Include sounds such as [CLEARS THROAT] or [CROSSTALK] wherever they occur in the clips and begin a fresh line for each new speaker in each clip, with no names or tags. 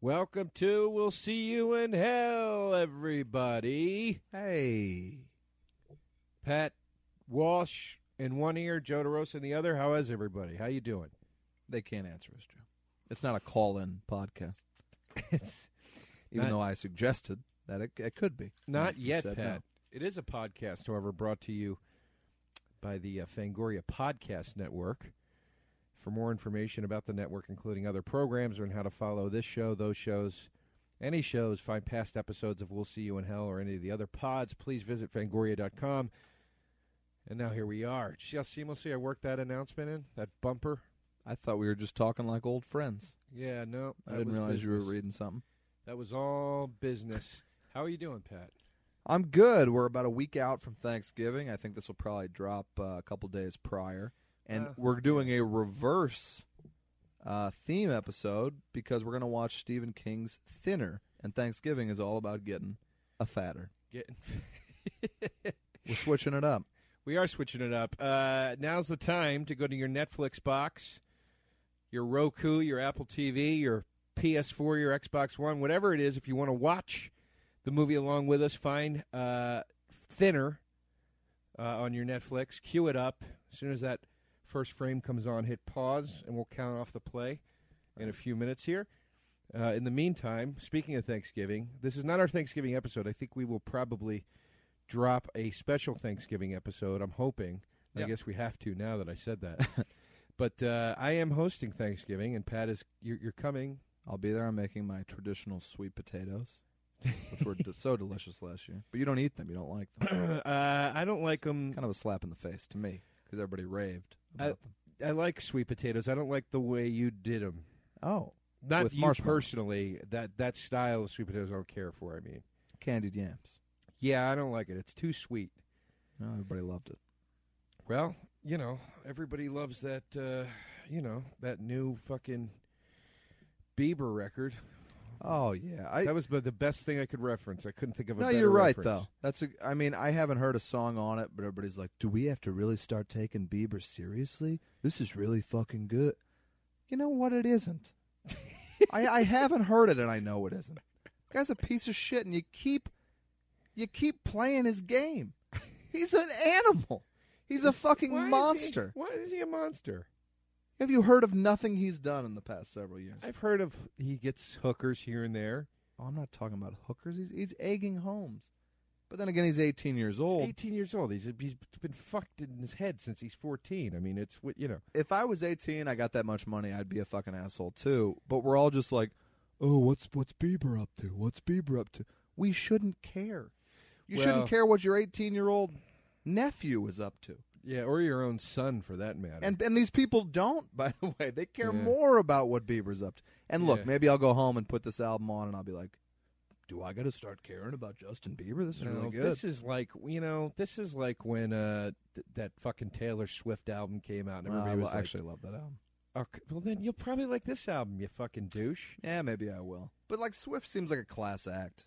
Welcome to We'll See You in Hell, everybody.
Hey.
Pat Walsh in one ear, Joe DeRosa in the other. How is everybody? How you doing?
They can't answer us, Joe. It's not a call in podcast.
[LAUGHS] It's
Even
Not-
though I suggested that it, it could be.
not
You
yet,
said
Pat. It is a podcast, however, brought to you by the uh, Fangoria Podcast Network. For more information about the network, including other programs and how to follow this show, those shows, any shows, find past episodes of We'll See You in Hell or any of the other pods, please visit fangoria.com. And now here we are. Did you see how seamlessly I worked that announcement in? That bumper?
no. I thought we were just talking like old friends.
Yeah, no.
I
that
didn't
was
realize you were
business.
reading something.
That was all business. How are you doing, Pat?
I'm good. We're about a week out from Thanksgiving. I think this will probably drop uh, a couple days prior. And
Uh,
we're doing a reverse uh, theme episode because we're going to watch Stephen King's Thinner. And Thanksgiving is all about getting a fatter.
Getting [LAUGHS]
We're switching it up.
We are switching it up. Uh, now's the time to go to your Netflix box, your Roku, your Apple TV, your PS4, your Xbox One, whatever it is. If you want to watch the movie along with us, find uh, Thinner uh, on your Netflix. Cue it up. As soon as that first frame comes on, hit pause, and we'll count off the play in a few minutes here. Uh, in the meantime, speaking of Thanksgiving, this is not our Thanksgiving episode. I think we will probably drop a special Thanksgiving episode. I'm hoping. I
Yeah.
guess we have to now that I said that.
[LAUGHS]
but uh, I am hosting Thanksgiving, and Pat is you're, you're coming. [CLEARS THROAT]
I'll be there. I'm making my traditional sweet potatoes, which were d- so delicious last year. But you don't eat them. You don't like them.
uh, I don't like them.
kind of a slap in the face to me because everybody raved
I,
about them.
I like sweet potatoes. I don't like the way you did them.
Oh,
Not
With
you
marshmallows.
personally. That that style of sweet potatoes, I don't care for. I mean,
candied yams.
yeah, I don't like it. It's too sweet.
No, everybody loved it.
Well, you know, everybody loves that. Uh, you know that new fucking Bieber record.
Oh yeah, I.
that was the the best thing I could reference. I couldn't think of a
No,
better
you're right
reference.
though. That's a. I mean, I haven't heard a song on it, but everybody's like, "Do we have to really start taking Bieber seriously? This is really fucking good." You know what? It isn't. I, I haven't heard it, and I know it isn't. Guy's a piece of shit, and you keep you keep playing his game. He's an animal. He's a fucking
Why is he-
monster.
why is he a monster?
Have you heard of nothing he's done in the past several years?
I've heard of he gets hookers here and there.
oh, I'm not talking about hookers. He's he's egging homes. But then again, he's 18 years old.
Eighteen years old. He's he's been fucked in his head since he's fourteen. I mean, it's what you know.
if I was 18, I got that much money, I'd be a fucking asshole too. But we're all just like, oh, what's what's Bieber up to? What's Bieber up to? We shouldn't care. You
Well-
shouldn't care what your 18 year old nephew is up to.
Yeah, or your own son for that matter.
And and these people don't, by the way. They care
Yeah.
more about what Bieber's up to. And look,
Yeah.
maybe I'll go home and put this album on, and I'll be like, do I got to start caring about Justin Bieber? This is
No,
really good.
This is like you know. This is like when uh th- that fucking Taylor Swift album came out and
Well, I
everybody
lo-
was like,
actually love that album.
"Oh, c- "Well, then you'll probably like this album, you fucking douche."
Yeah, maybe I will. But like Swift seems like a class act.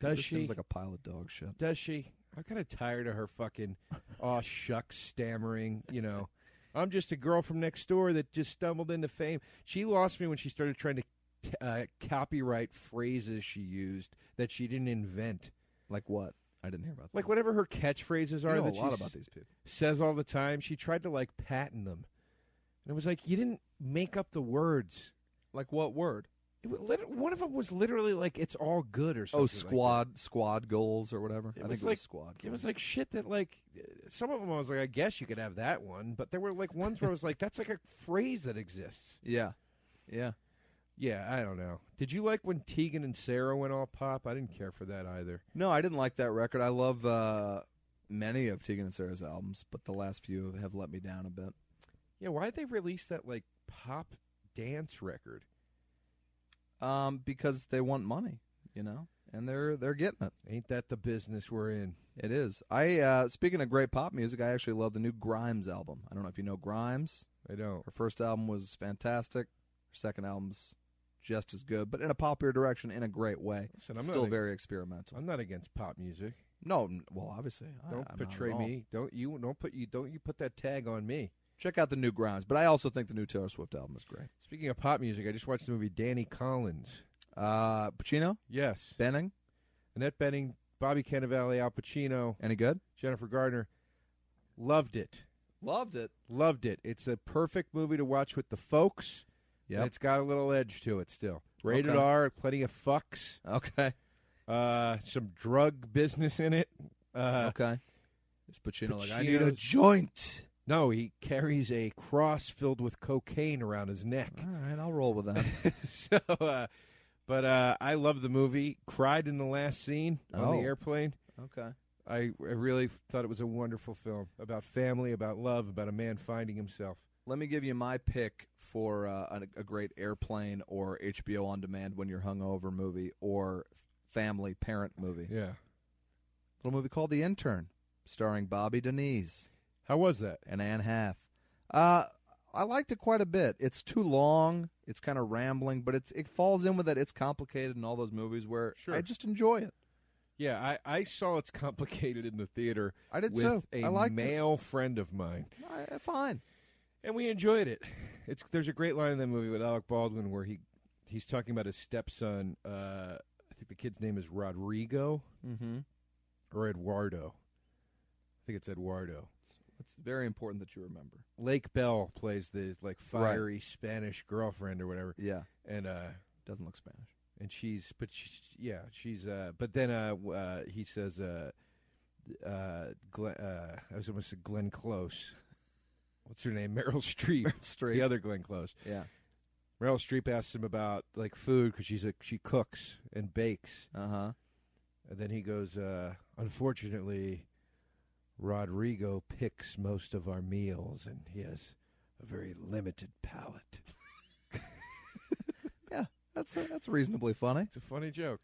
Does
This
she?
seems like a pile of dog shit.
Does she? I'm kind of tired of her fucking aw shucks stammering, you
[LAUGHS]
know. I'm just a girl from next door that just stumbled into fame. She lost me when she started trying to t- uh, copyright phrases she used that she didn't invent.
Like what? I didn't hear about.
Like
what?
whatever her catchphrases
You
are
know a
that
lot
she
about
s-
these people.
says all the time, she tried to like patent them. And it was like, you didn't make up the words.
Like what word?
It was lit- one of them was literally like, it's all good or something.
Oh,
like that.
squad, squad goals or whatever.
It
I
was
think it
like-
was squad.
It was
goals.
like shit that like uh, some of them I was like, I guess you could have that one, but there were like ones where I was like, that's like a phrase that exists.
yeah, yeah.
Yeah, I don't know. Did you like when Tegan and Sarah went all pop? I didn't care for that either.
No, I didn't like that record. I love uh, many of Tegan and Sarah's albums, but the last few have let me down a bit.
Yeah, why'd they release that like pop dance record?
Um, because they want money, you know, and they're they're getting it.
Ain't that the business we're in?
It is. I uh, speaking of great pop music, I actually love the new Grimes album. I don't know if you know Grimes.
I don't.
Her first album was fantastic. Her second album's just as good, but in a popular direction in a great way.
Listen, I'm
Still
not-
very experimental.
I'm not against pop music.
no, n- well, obviously, I-
Don't
I'm Ah, not at
betray
all.
me. Don't you don't put you don't you put that tag on me.
Check out the new Grimes, but I also think the new Taylor Swift album is great.
Speaking of pop music, I just watched the movie Danny Collins.
Uh, Pacino,
Yes.
Benning,
Annette Benning, Bobby Cannavale, Al Pacino,
any good?
Jennifer Gardner. Loved it.
Loved it.
Loved it. It's a perfect movie to watch with the folks. and
Yeah.
It's got a little edge to it still. Rated
Okay.
R, plenty of fucks,
Okay.
uh, some drug business in it. Uh,
okay. It's Pacino. Like I need a
Pacino's-
joint.
No, he carries a cross filled with cocaine around his neck.
All right, I'll roll with that.
[LAUGHS] so, uh, but uh, I love the movie. Cried in the last scene on
Oh.
the airplane.
[LAUGHS] okay.
I, I really thought it was a wonderful film about family, about love, about a man finding himself.
Let me give you my pick for uh, a, a great airplane or HBO on demand when you're hungover movie or family parent movie.
Yeah.
Little movie called The Intern, starring Bobby Denise.
How was that?
an and half. Uh, I liked it quite a bit. It's too long. It's kind of rambling, but it's it falls in with it. It's complicated in all those movies where
Sure.
I just enjoy it.
Yeah, I, I saw it's complicated in the theater
I did
with
so.
a
I liked it.
male friend of mine,
I, eh, fine.
and we enjoyed it. It's there's a great line in that movie with Alec Baldwin where he he's talking about his stepson. Uh, I think the kid's name is Rodrigo
Mm-hmm.
or Eduardo. I think it's Eduardo.
It's very important that you remember.
Lake Bell plays the like fiery Spanish girlfriend or whatever,
Yeah,
and uh,
doesn't look Spanish. [LAUGHS]
and she's but she's, yeah she's uh but then uh, w- uh he says uh uh, Glenn, uh I was almost a Glenn Close what's her name [LAUGHS] Meryl Streep
Straight.
the other Glenn Close
Yeah.
Meryl Streep asks him about like food because she's a she cooks and bakes
Uh huh.
and then he goes uh unfortunately Rodrigo picks most of our meals and he has a very limited palate
That's that's reasonably funny.
it's a funny joke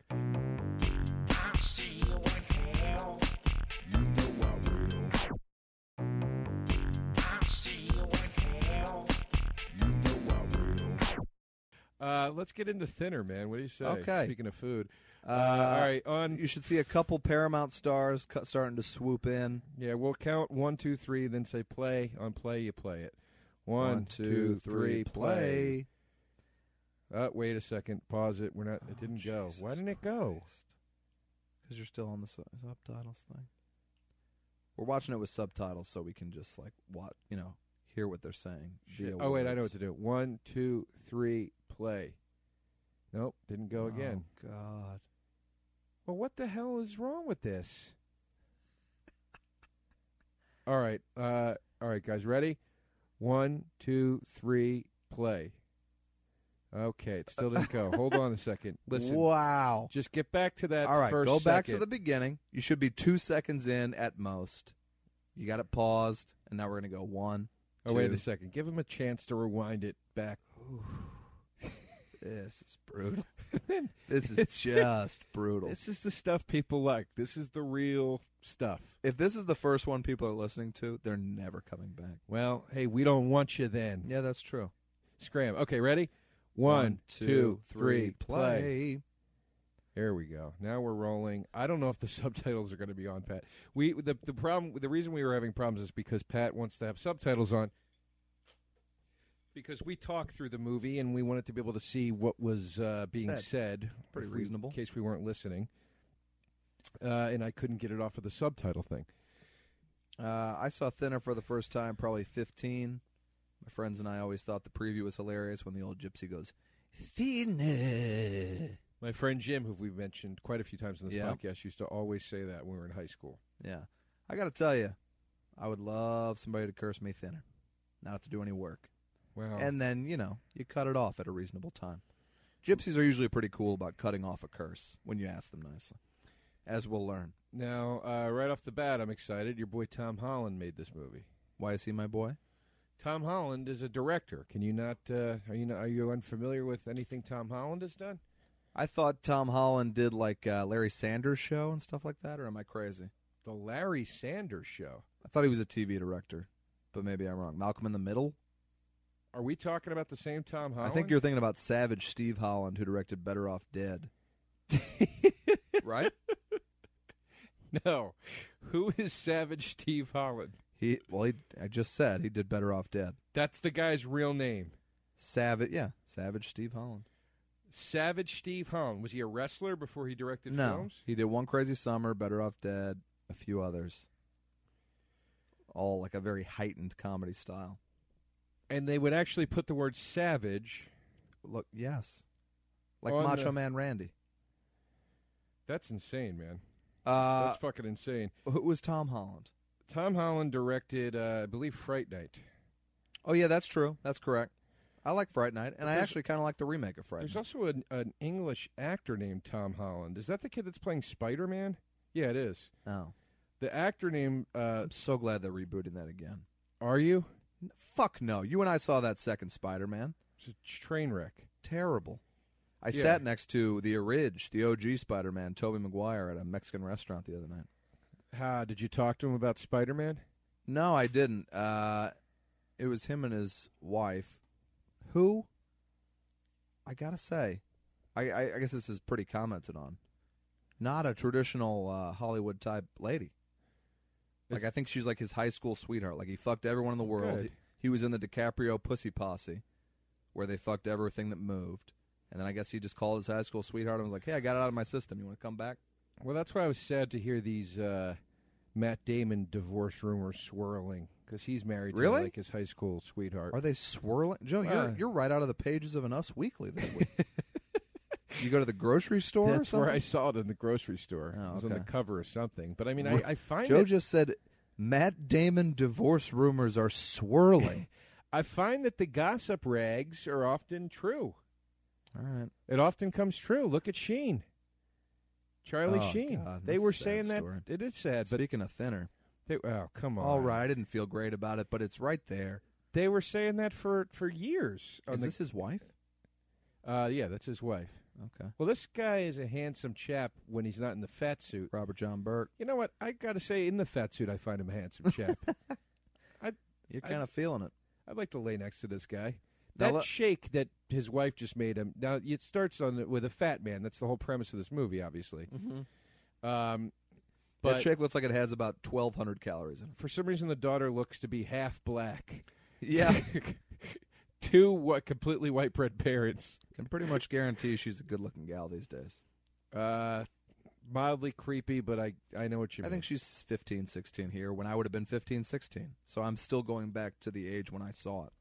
Uh, let's get into thinner, man. What do you say?
Okay.
Speaking of food,
Uh,
uh, all right. On
You should see a couple Paramount stars cu- starting to swoop in.
yeah, we'll count one, two, three, then say play. On play, you play it. One,
One, two, three,
play. Uh, wait a second. Pause it. We're not. It didn't
Oh,
go. Why didn't it go?
Because you're still on the su- subtitles thing. We're watching it with subtitles, so we can just like what you know, hear what they're saying.
Shit.
via
Oh wait, I
words.
know what to do. One, two, three, play. Nope, didn't go
Oh,
again.
God,
Well, what the hell is wrong with this? [LAUGHS] all right, uh, all right, guys, ready? One, two, three, play. Okay, it still didn't
[LAUGHS]
go. Hold on a second. Listen,
Wow.
just get back to that.
All right,
first
go back to
second.
the beginning. You should be two seconds in at most. You got it paused, and now we're gonna go one.
Oh wait
two.
a second. Give him a chance to rewind it back. [LAUGHS]
This is brutal.
Then
This [LAUGHS] is
It's-
just brutal.
this is the stuff people like. This is the real stuff.
If this is the first one people are listening to, they're never coming back.
Well, hey, we don't want you then.
Yeah, that's true.
Scram. Okay, ready? One,
One,
two, three,
play.
There we go. Now we're rolling. I don't know if the [LAUGHS] subtitles are going to be on, Pat. We the the problem the reason we were having problems is because Pat wants to have subtitles on because we talk through the movie and we wanted to be able to see what was uh, being
Said.
said.
Pretty
if we-
reasonable.
in case we weren't listening. Uh, and I couldn't get it off of the subtitle thing.
Uh, I saw Thinner for the first time, probably 15. My friends and I always thought the preview was hilarious when the old gypsy goes, Thinner.
My friend Jim, who we've mentioned quite a few times in this
Yeah.
podcast, used to always say that when we were in high school.
Yeah. I got to tell you, I would love somebody to curse me thinner, not have to do any work.
Wow.
And then, you know, you cut it off at a reasonable time. Gypsies are usually pretty cool about cutting off a curse when you ask them nicely, as we'll learn.
Now, uh, right off the bat, I'm excited. Your boy Tom Holland made this movie.
Why is he my boy?
Tom Holland is a director. Can you not? Uh, are you not, are you unfamiliar with anything Tom Holland has done?
I thought Tom Holland did like uh, Larry Sanders show and stuff like that, or am I crazy?
The Larry Sanders Show.
I thought he was a TV director, but maybe I'm wrong. Malcolm in the Middle.
Are we talking about the same Tom Holland?
I think you're thinking about Savage Steve Holland, who directed Better Off Dead. right?
[LAUGHS] no. Who is Savage Steve Holland?
He well, he I just said he did Better Off Dead.
That's the guy's real name.
Savage, yeah, Savage Steve Holland.
Savage Steve Hahn. Was he a wrestler before he directed
no,
films?
he did one crazy summer, Better Off Dead, a few others, all like a very heightened comedy style.
And they would actually put the word savage.
Look, yes, like
On
Macho
the-
Man Randy.
That's insane, man.
Uh,
That's fucking insane.
who was Tom Holland?
Tom Holland directed, uh, I believe, Fright Night.
Oh yeah, that's true. That's correct. I like Fright Night, and I
There's-
actually kind of like the remake of Fright
There's
Night.
also an, an English actor named Tom Holland. Is that the kid that's playing Spider Man? Yeah, it is.
oh,
The actor named uh,
I'm so glad they're rebooting that again.
Are You?
N- Fuck no! You and I saw that second Spider Man.
It's a train wreck.
Terrible. I
Yeah.
sat next to the Ridge, the OG Spider Man, Toby Maguire, at a Mexican restaurant the other night.
Ah, did you talk to him about Spider Man?
No, I didn't. Uh, it was him and his wife, who I gotta say, I, I, I guess this is pretty commented on. Not a traditional uh, Hollywood type lady. Like I think she's like his high school sweetheart. Like he fucked everyone in the world.
Oh, Good.
He, he was in the DiCaprio Pussy Posse, where they fucked everything that moved. And then I guess he just called his high school sweetheart and was like, "Hey, I got it out of my system. You want to come back?"
Well, that's why I was sad to hear these uh, Matt Damon divorce rumors swirling because he's married to
Really?
like his high school sweetheart.
Are they swirling? Joe,
Uh.
you're you're right out of the pages of an Us Weekly this
[LAUGHS]
week. you go to the grocery store
that's
or
where I
something.
saw it in the grocery store.
Oh,
It was on the
okay.
cover of something. But I mean, I,
Wha-
I find
Joe
it,
just said Matt Damon divorce rumors
[LAUGHS]
are swirling.
I find that the gossip rags are often true.
All right.
It often comes true. Look at Sheen, Charlie
Oh,
Sheen.
God,
they
that's
were
a sad
saying that
story.
it is sad, but
Speaking of thinner,
they, oh come on!
all right, I didn't feel great about it, but it's right there.
they were saying that for for years. on Oh,
Is
the-
this his wife?
uh, yeah, that's his wife.
Okay.
Well, this guy is a handsome chap when he's not in the fat suit.
Robert John Burke.
You know what? I got to say, in the fat suit, I find him a handsome
[LAUGHS]
chap.
You're
I-
kind of feeling it.
I'd like to lay next to this guy.
Now
That
let-
shake that his wife just made him. Now it starts on with a fat man. That's the whole premise of this movie, obviously. Um,
that
Mm-hmm. but
shake looks like it has about 1,200 calories in it.
for some reason, the daughter looks to be half black.
Yeah.
[LAUGHS] Two what completely white bread parents.
[LAUGHS] Can pretty much guarantee she's a good looking gal these days.
Uh, mildly creepy, but I I know what you
I
mean.
think she's 15, 16 here when I would have been 15, 16. So I'm still going back to the age when I saw it.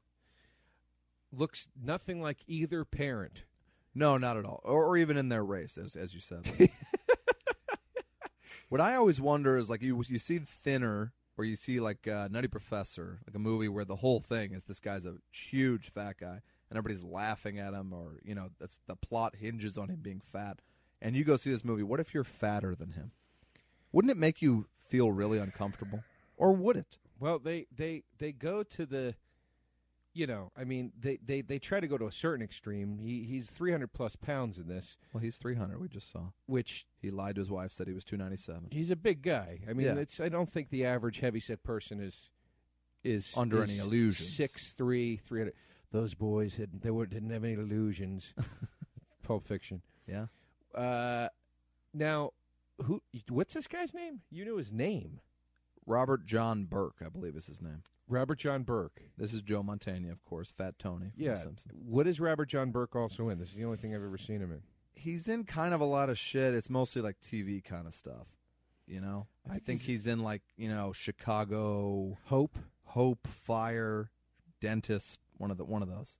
looks nothing like either parent.
No, not at all. Or, or even in their race, as, as you said. what I always wonder is like you you see Thinner or you see like uh, Nutty Professor, like a movie where the whole thing is this guy's a huge fat guy and everybody's laughing at him or, you know, that's the plot hinges on him being fat. And you go see this movie. What if you're fatter than him? Wouldn't it make you feel really uncomfortable? Or would it?
Well, they they they go to the, you know, I mean, they they they try to go to a certain extreme. He he's three hundred plus pounds in this,
Well, he's 300. We just saw.
which
He lied to his wife, said he was 297.
he's a big guy. I mean,
Yeah.
it's I don't think the average heavyset person is is
Under any illusions.
Six three three hundred. Those boys had they were, didn't have any
[LAUGHS]
illusions. Pulp Fiction.
Yeah.
Uh, now, who? What's this guy's name? You know his name,
Robert John Burke, I believe is his name.
Robert John Burke.
This is Joe Montana, of course, Fat Tony from The
Yeah.
Simpsons.
What is Robert John Burke also in? This is the only thing I've ever seen him in.
He's in kind of a lot of shit. It's mostly like TV kind of stuff, you know? I think, he's, in like, you know, Chicago,
Hope.
Hope, Fire, Dentist, one of the one of those.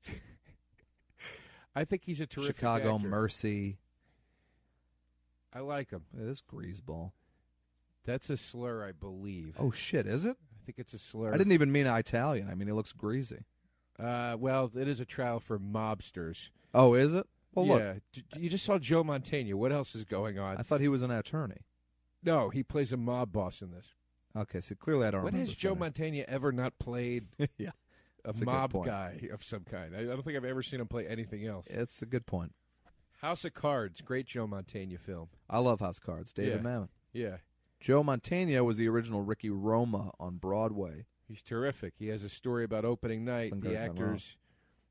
I think he's a terrific
Chicago
actor.
Mercy.
I like him.
Look at this greaseball.
That's a slur, I believe.
Oh shit, is it?
I think it's a slur.
I didn't e- even mean Italian. I mean it looks greasy.
Uh, well, it is a trial for mobsters.
Oh, is it? Well, look.
yeah. D- you just saw Joe Montana. What else is going on?
I thought he was an attorney.
no, he plays a mob boss in this.
Okay, so clearly I don't
When
remember.
has Joe
[LAUGHS] Thinner.
Montana ever not played
yeah.
a
That's a good
mob
point.
guy of some kind? I, I don't think I've ever seen him play anything else.
It's a good point.
House of Cards, great Joe Montana film.
I love House Cards. David
Yeah.
Mamet.
Yeah,
Joe Montana was the original Ricky Roma on Broadway.
he's terrific. He has a story about opening night.
Something
The
goes wrong.
actors,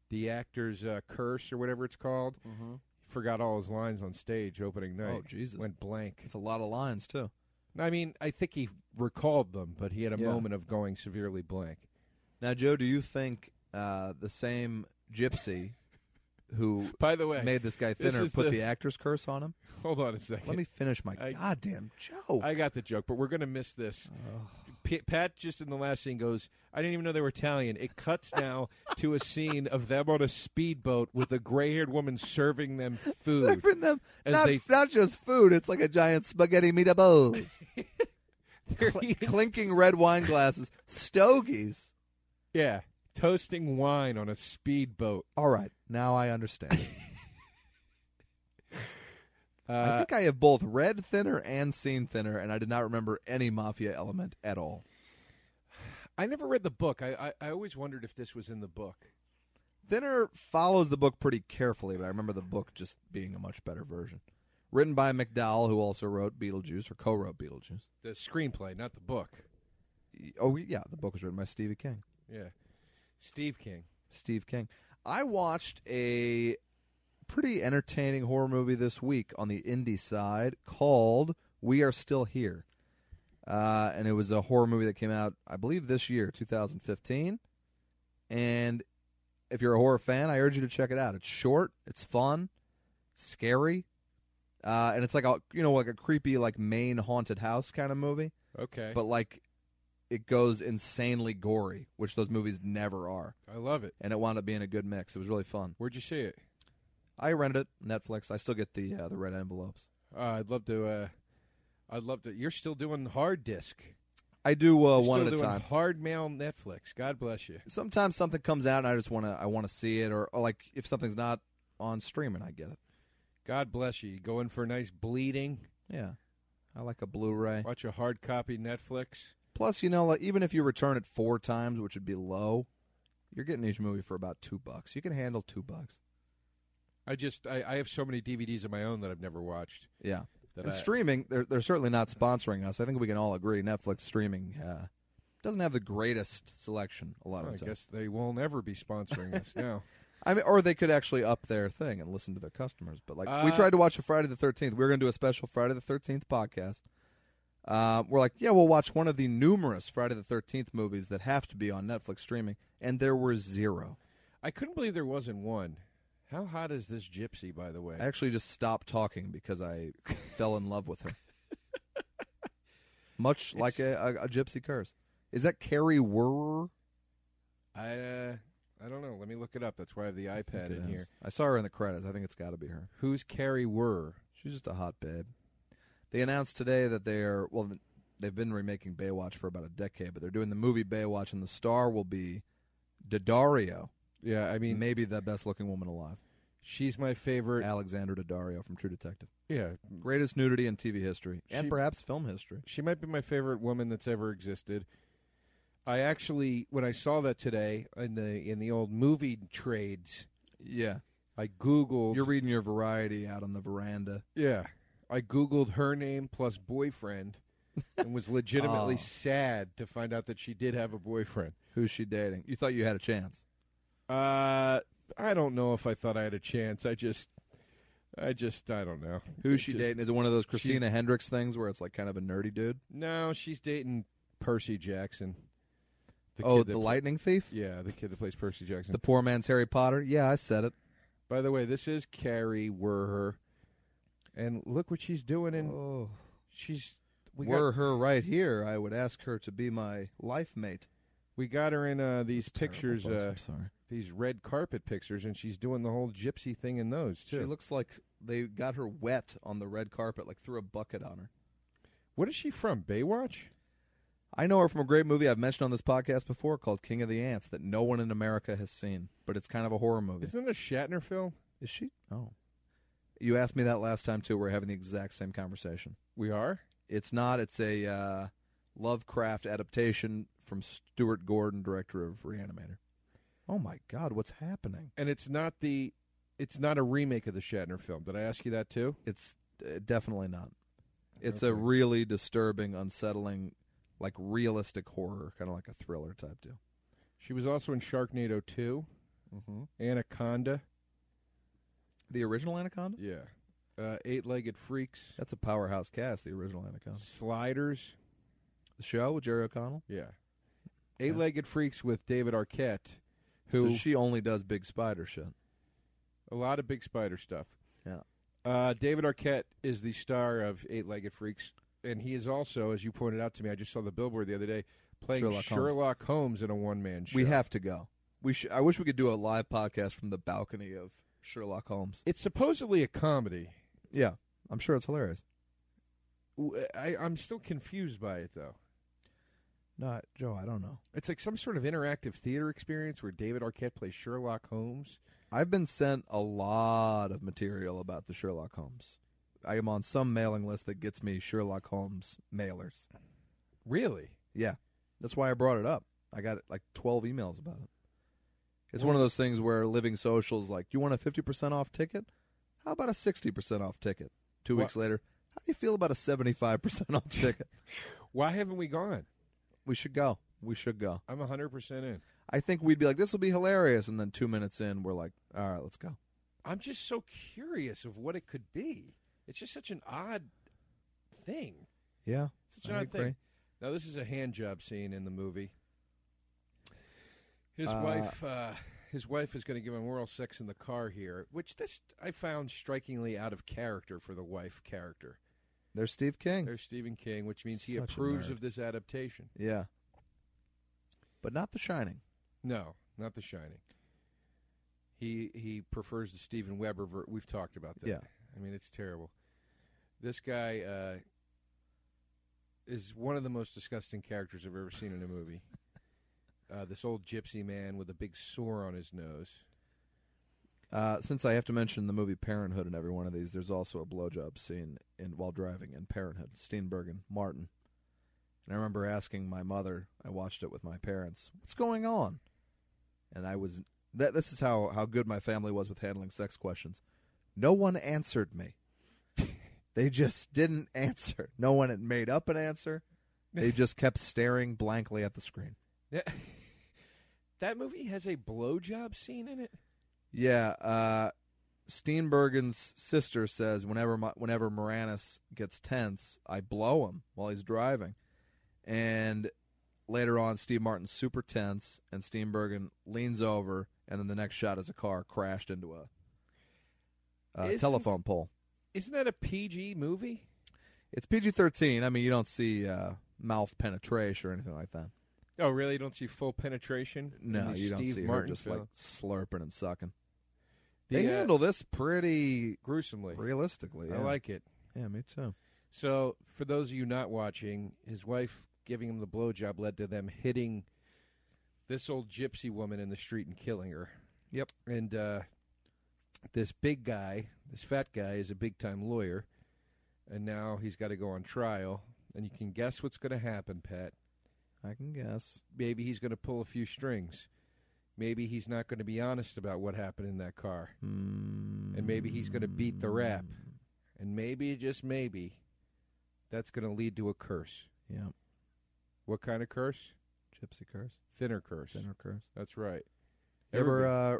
the actors uh, curse or whatever it's called. forgot all his lines on stage opening night.
Oh Jesus!
Went blank.
It's a lot of lines too.
I mean, I think he recalled them, but he had a
Yeah.
moment of going severely blank.
Now, Joe, do you think uh, the same gypsy
[LAUGHS]
who
By the way,
made this guy
this
thinner
is
put
the-
the... actor's curse on him.
hold on a second.
Let me finish my
[LAUGHS] I-
goddamn joke.
I got the joke, but we're going to miss this.
Ugh.
P- Pat just in the last scene goes, "I didn't even know they were Italian." It cuts
[LAUGHS]
now to a scene of them on a speedboat with a gray-haired woman serving them food.
[LAUGHS] Serving them
As
not,
they-
not just food. It's like a giant spaghetti meatballs,
[LAUGHS]
[LAUGHS] Cl- clinking red wine glasses, stogies.
yeah, toasting wine on a speedboat.
All right, now I understand. I
Uh,
think I have both read Thinner and seen Thinner, and I did not remember any mafia element at all.
I never read the book. I, I I always wondered if this was in the book.
Thinner follows the book pretty carefully, but I remember the book just being a much better version. Written by McDowell, who also wrote Beetlejuice or co-wrote Beetlejuice.
The screenplay, not the book.
Y- Oh yeah, the book was written by Stevie King.
Yeah, Steve King.
Steve King. I watched a pretty entertaining horror movie this week on the indie side called We Are Still Here. Uh, and it was a horror movie that came out, I believe, this year, 2015. And if you're a horror fan, I urge you to check it out. It's short, it's fun, it's scary, uh, and it's like a you know like a creepy like main haunted house kind of movie
Okay,
but like it goes insanely gory, which those movies never are.
I love it.
And it wound up being a good mix. It was really fun.
Where'd you see it?
I rented it Netflix. I still get the uh, the red envelopes.
Uh, I'd love to. Uh, I'd love to. You're still doing hard disc.
I do uh,
You're
one
still
at a
doing
time.
Hard mail Netflix. God bless you.
Sometimes something comes out and I just want to I want to see it or, or like if something's not on streaming, I get it.
God bless you. You go in for a nice bleeding.
Yeah. I like a Blu-ray.
Watch a hard copy Netflix.
Plus, you know, like, even if you return it four times, which would be low, you're getting each movie for about 2 bucks. You can handle 2 bucks.
I just I, I have so many DVDs of my own that I've never watched.
Yeah.
That
And
I,
streaming, they're, they're certainly not sponsoring us. I think we can all agree Netflix streaming uh, doesn't have the greatest selection a lot
I
of times.
guess they won't ever be sponsoring us [LAUGHS] now.
I mean, or they could actually up their thing and listen to their customers. But like, we
Uh,
tried to watch a Friday the Thirteenth. We were going to do a special Friday the Thirteenth podcast. Uh, we're like, yeah, we'll watch one of the numerous Friday the Thirteenth movies that have to be on Netflix streaming, and there were zero.
I couldn't believe there wasn't one. How hot is this gypsy, by the way?
I actually just stopped talking because I [LAUGHS] fell in love with
[LAUGHS]
her. Much like a, a, a gypsy curse. Is that Carrie Werrer?
I uh, I don't know. Let me look it up. That's why I have the iPad
think it
in
is.
here.
I saw her in the credits. I think it's got to be her.
Who's Carrie Wurr?
She's just a hot babe. They announced today that they're well, they've been remaking Baywatch for about a decade, but they're doing the movie Baywatch, and the star will be Daddario,
Yeah, I mean
maybe the best looking woman alive,
she's my favorite.
Alexander Daddario from True Detective.
Yeah,
Greatest nudity in TV history and
She-
perhaps film history.
She might be my favorite woman that's ever existed. I actually, when I saw that today in the in the old movie trades,
Yeah,
I googled.
you're reading your Variety out on the veranda.
yeah, I googled her name plus
[LAUGHS]
boyfriend, and was legitimately
Oh.
sad to find out that she did have a boyfriend.
Who's she dating? You thought you had a chance.
Uh, I don't know if I thought I had a chance. I just, I just, I don't know.
Who's
It
she
just-
dating? Is it one of those Christina
She's-
Hendricks things where it's like kind of a nerdy dude?
No, she's dating Percy Jackson. The
oh,
kid
the
that-
lightning thief?
Yeah, the kid that plays Percy Jackson.
The poor man's Harry Potter? Yeah, I said it.
By the way, this is Carrie Werher, and look what she's doing. And
oh.
she's we got
Were her right here, I would ask her to be my life mate.
we got her in uh, these pictures,
Terrible, folks,
uh,
I'm sorry.
these red carpet pictures, and she's doing the whole gypsy thing in those
She
too.
looks like they got her wet on the red carpet, like threw a bucket on her.
what is she from? Baywatch?
I know her from a great movie I've mentioned on this podcast before called King of the Ants that no one in America has seen, but it's kind of a horror movie.
Isn't that a Shatner film?
Is she? Oh. You asked me that last time, too. We're having the exact same conversation.
We are.
It's not. It's a uh, Lovecraft adaptation from Stuart Gordon, director of Reanimator. Oh my God, what's happening?
And it's not the it's not a remake of the Shatner film. Did I ask you that too?
It's uh, definitely not. It's a
Okay.
really disturbing, unsettling, like realistic horror, kind of like a thriller type deal.
She was also in Sharknado 2,
Mm-hmm.
Anaconda.
The original Anaconda.
Yeah. Uh, Eight-legged freaks,
That's a powerhouse cast. The original Anaconda.
sliders.
The show with Jerry O'Connell.
Yeah. Eight Legged Freaks with David Arquette, who
So she only does big spider shit.
A lot of big spider stuff.
Yeah.
Uh, David Arquette is the star of Eight Legged Freaks, and he is also, as you pointed out to me, I just saw the billboard the other day playing Sherlock,
Sherlock Holmes.
Holmes. in a one man show.
We have to go. We sh- I wish we could do a live podcast from the balcony of Sherlock Holmes.
It's supposedly a comedy.
Yeah, I'm sure it's hilarious.
W- I, am still confused by it though.
Not Joe. I don't know.
It's like some sort of interactive theater experience where David Arquette plays Sherlock Holmes.
I've been sent a lot of material about the Sherlock Holmes. I am on some mailing list that gets me Sherlock Holmes mailers.
Really?
That's why I brought it up. I got like 12 emails about it. It's one of those things where Living Social's like, do you want a 50% off ticket? How about a 60% off ticket? Two
Wha-
weeks later, how do you feel about a 75% off ticket?
Why haven't we gone?
we should go. We should go.
I'm 100% in.
I think we'd be like, this will be hilarious. And then two minutes in, we're like, all right, let's go.
I'm just so curious of what it could be. It's just such an odd thing.
Yeah.
Such an
I
odd
agree.
thing. Now this is a hand job scene in the movie. His
Uh,
wife, uh, his wife is going to give him oral sex in the car here, which this I found strikingly out of character for the wife character.
There's Steve King.
There's Stephen King, which means he
Such a
approves
nerd.
of this adaptation.
yeah. But not The Shining.
No, not The Shining. He he prefers the Stephen Weber. Ver- We've talked about that.
Yeah.
I mean it's terrible. This guy uh, is one of the most disgusting characters I've ever seen in a
[LAUGHS]
movie. uh, this old gypsy man with a big sore on his nose.
Uh, since I have to mention the movie Parenthood in every one of these, there's also a blowjob scene in while driving in Parenthood. Steenbergen, Martin, and I remember asking my mother. I watched it with my parents. What's going on? And I was that. This is how how good my family was with handling sex questions. No one answered me. [LAUGHS] they just didn't answer. No one had made up an answer. They just kept staring blankly at the screen.
That, [LAUGHS] that movie has a blowjob scene in it.
Yeah, uh, Steenbergen's sister says whenever my, whenever Moranis gets tense, I blow him while he's driving, and later on, Steve Martin's super tense, and Steenbergen leans over, and then the next shot is a car crashed into a uh,
Isn't-
telephone pole.
Isn't that a PG movie?
It's PG thirteen. I mean, you don't see uh, mouth penetration or anything like that.
Oh, really? You don't see full penetration? in
No,
these
you don't
Steve
see her
Martin
just like
films?
slurping and sucking.
The,
they
uh,
handle this pretty
gruesomely.
realistically.
I
yeah.
like it.
Yeah, me too.
So, for those of you not watching, his wife giving him the blowjob led to them hitting this old gypsy woman in the street and killing her.
Yep.
And uh, this big guy, this fat guy, is a big time lawyer, and now he's got to go on trial. And you can guess what's going to happen, Pat.
I can guess.
Maybe he's going to pull a few strings. Maybe he's not going to be honest about what happened in that car.
And
maybe he's gonna beat
Mm,
the rap. And maybe, just maybe, that's going to lead to a curse.
Yeah,
What kind of curse?
gypsy curse,
Thinner curse.
dinner curse.
That's right.
You ever uh,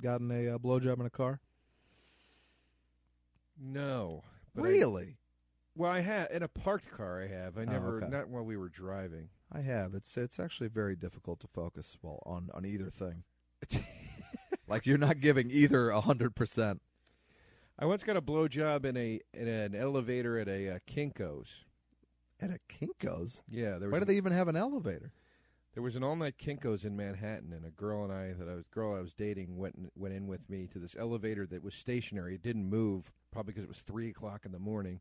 gotten a uh, blowjob in a car?
no. but I-
really?
well, I have in a parked car. I have. I
Oh,
never.
okay.
Not while we were driving.
I have. It's it's actually very difficult to focus well on on
[LAUGHS]
either thing. Like you're not giving either a hundred percent.
I once got a blowjob in a in an elevator at a uh, Kinkos.
At a Kinkos,
Yeah, there was
why do they even have an elevator?
there was an all night Kinkos in Manhattan, and a girl and I that I was girl I was dating went in- went in with me to this elevator that was stationary. It didn't move, probably because it was three o'clock in the morning,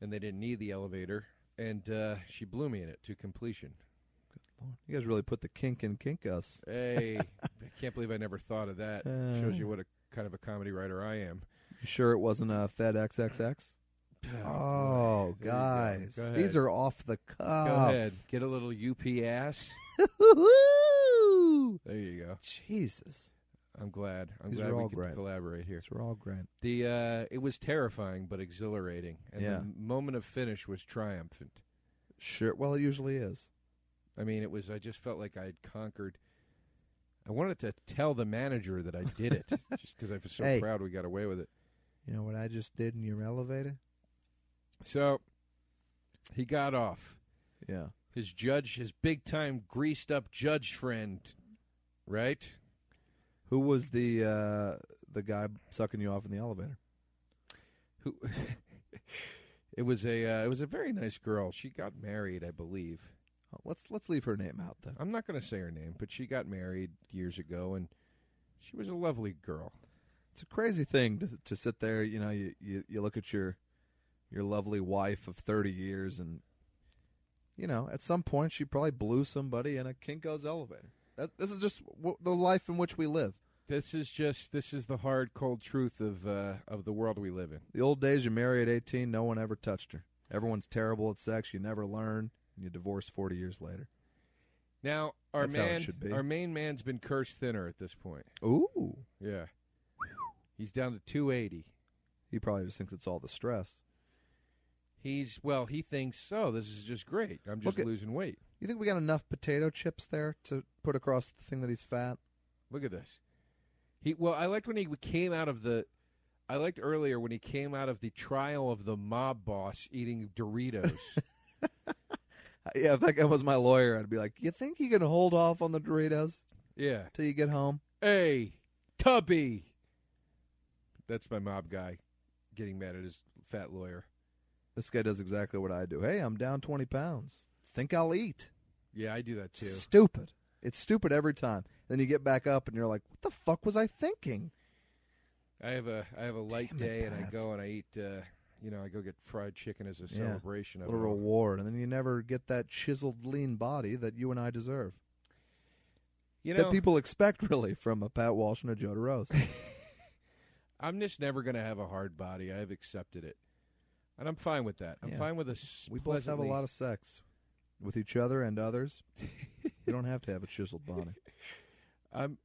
and they didn't need the elevator. And uh, she blew me in it to completion.
Lord, you guys really put the kink in Kinkos. [LAUGHS]
Hey, I can't believe I never thought of that.
Uh.
Shows you what a kind of a comedy writer I [SIGHS] am.
You sure it wasn't a FedXXX? Oh,
boy. There you go.
guys,
Go
these
ahead.
are off the cuff.
Go ahead, get a little UP ass.
Woo-hoo!
There you go.
[LAUGHS] Jesus,
I'm glad. I'm
These
glad
are
we
all
could
great.
collaborate here.
these are all great.
The uh, it was terrifying but exhilarating, and
Yeah.
the m- moment of finish was triumphant.
Sure. Well, it usually is.
I mean, it was. I just felt like I had conquered. I wanted to tell the manager that I did
[LAUGHS]
it, just because I was so
Hey.
proud we got away with it.
You know what I just did in your elevator?
So he got off.
Yeah.
His judge, his big time greased up judge friend, right?
Who was the uh the guy sucking you off in the elevator.
Who? [LAUGHS] it was a uh, it was a very nice girl. She got married, I believe.
Oh, Let's let's leave her name out then.
I'm not going to say her name, but she got married years ago, and she was a lovely girl.
It's a crazy thing to to sit there. You know, you you, you look at your your lovely wife of thirty years, and you know, at some point she probably blew somebody in a Kinko's elevator. That, this is just w- the life in which we live.
This is just this is the hard, cold truth of uh, of the world we live in.
The old days, you marry at eighteen, no one ever touched her. Everyone's terrible at sex. You never learn, and you divorce forty years later.
Now, our
That's how it
man,
should be.
our main man's been cursed thinner at this point.
Ooh,
Yeah, he's down to 280.
he probably just thinks it's all the stress.
He's well, he thinks so. This is just great. I'm just
Look at-
losing weight.
You think we got enough potato chips there to put across the thing that he's fat?
Look at this. He well, I liked when he came out of the. I liked earlier when he came out of the trial of the mob boss eating Doritos.
[LAUGHS] Uh, Yeah, if that guy was my lawyer, I'd be like, "You think you can hold off on the Doritos
yeah.
till you get home?"
Hey, Tubby. That's my mob guy getting mad at his fat lawyer.
This guy does exactly what I do. Hey, I'm down twenty pounds. Think I'll eat?
Yeah, I do that too.
Stupid. It's stupid every time. Then you get back up and you're like, "What the fuck was I thinking?"
I have a I have a light
Damn it,
day and I
Pat.
go and I eat uh, you know, I go get fried chicken as a
Yeah.
celebration of
What a
it all.
reward! And then you never get that chiseled, lean body that you and I deserve.
You know,
that people expect [LAUGHS] really from a Pat Walsh and a Joe DeRose.
[LAUGHS] I'm just never going to have a hard body. I have accepted it. And I'm fine with that. I'm
Yeah.
fine with a s-
we both have a
pleasantly-
lot of sex with each other and others. you don't have to have a
[LAUGHS]
chiseled body.
I'm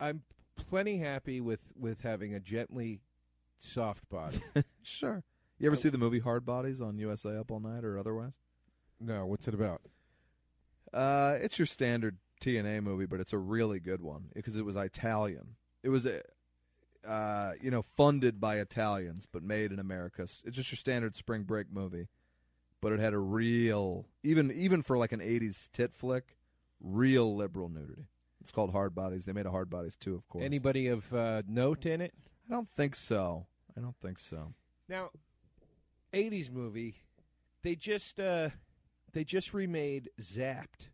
I'm plenty happy with with having a gently soft body.
Sure. You ever
I-
see the movie Hard Bodies on USA Up All Night or otherwise?
no, what's it about?
Uh, it's your standard TNA movie, but it's a really good one because it was Italian. It was, uh, uh, you know, funded by Italians but made in America. S- It's just your standard spring break movie, but it had a real, even even for like an '80s tit flick, real liberal nudity. It's called Hard Bodies. They made a Hard Bodies too, of course.
Anybody of uh, note in it?
I don't think so. I don't think so.
Now, 80s movie, they just uh they just remade Zapped.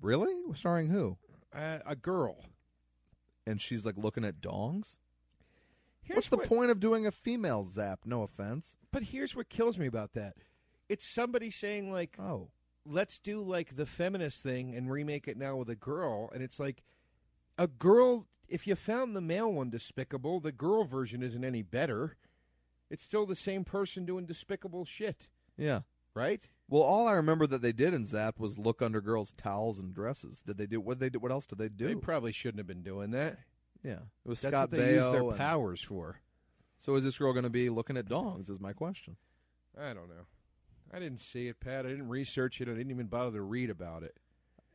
Really? Starring who?
Uh, a girl.
And she's like looking at dongs.
Here's
What's the
what-
point of doing a female zap? No offense.
But here's what kills me about that. It's somebody saying like,
Oh,
"Let's do like the feminist thing and remake it now with a girl." And it's like a girl if you found the male one despicable, the girl version isn't any better. It's still the same person doing despicable shit,
yeah.
right?
Well, all I remember that they did in Zap was look under girls' towels and dresses. Did they do what they do? What else did they do?
They probably shouldn't have been doing that.
yeah, it was
That's
Scott
what they use
Baio
their
and-
powers for.
So is this girl going to be looking at dongs? Is my question.
I don't know. I didn't see it, Pat. I didn't research it. I didn't even bother to read about it.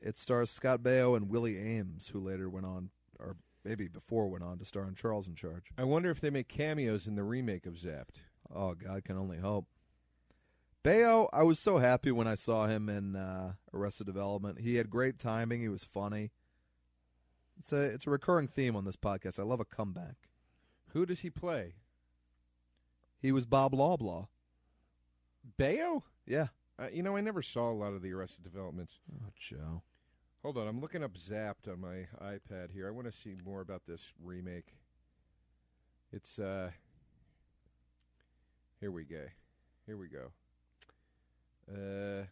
It stars Scott Baio and Willie Ames, who later went on, or maybe before went on to star in Charles in Charge.
I wonder if they make cameos in the remake of Zapped.
Oh God, can only hope. Bayo, I was so happy when I saw him in uh, Arrested Development. He had great timing. He was funny. It's a it's a recurring theme on this podcast. I love a comeback.
Who does he play?
He was Bob Loblaw.
Bayo?
Yeah.
Uh, you know, I never saw a lot of the Arrested Developments.
Oh, Joe.
Hold on, I'm looking up Zapped on my iPad here. I want to see more about this remake. It's uh Here we go. Here we go. Uh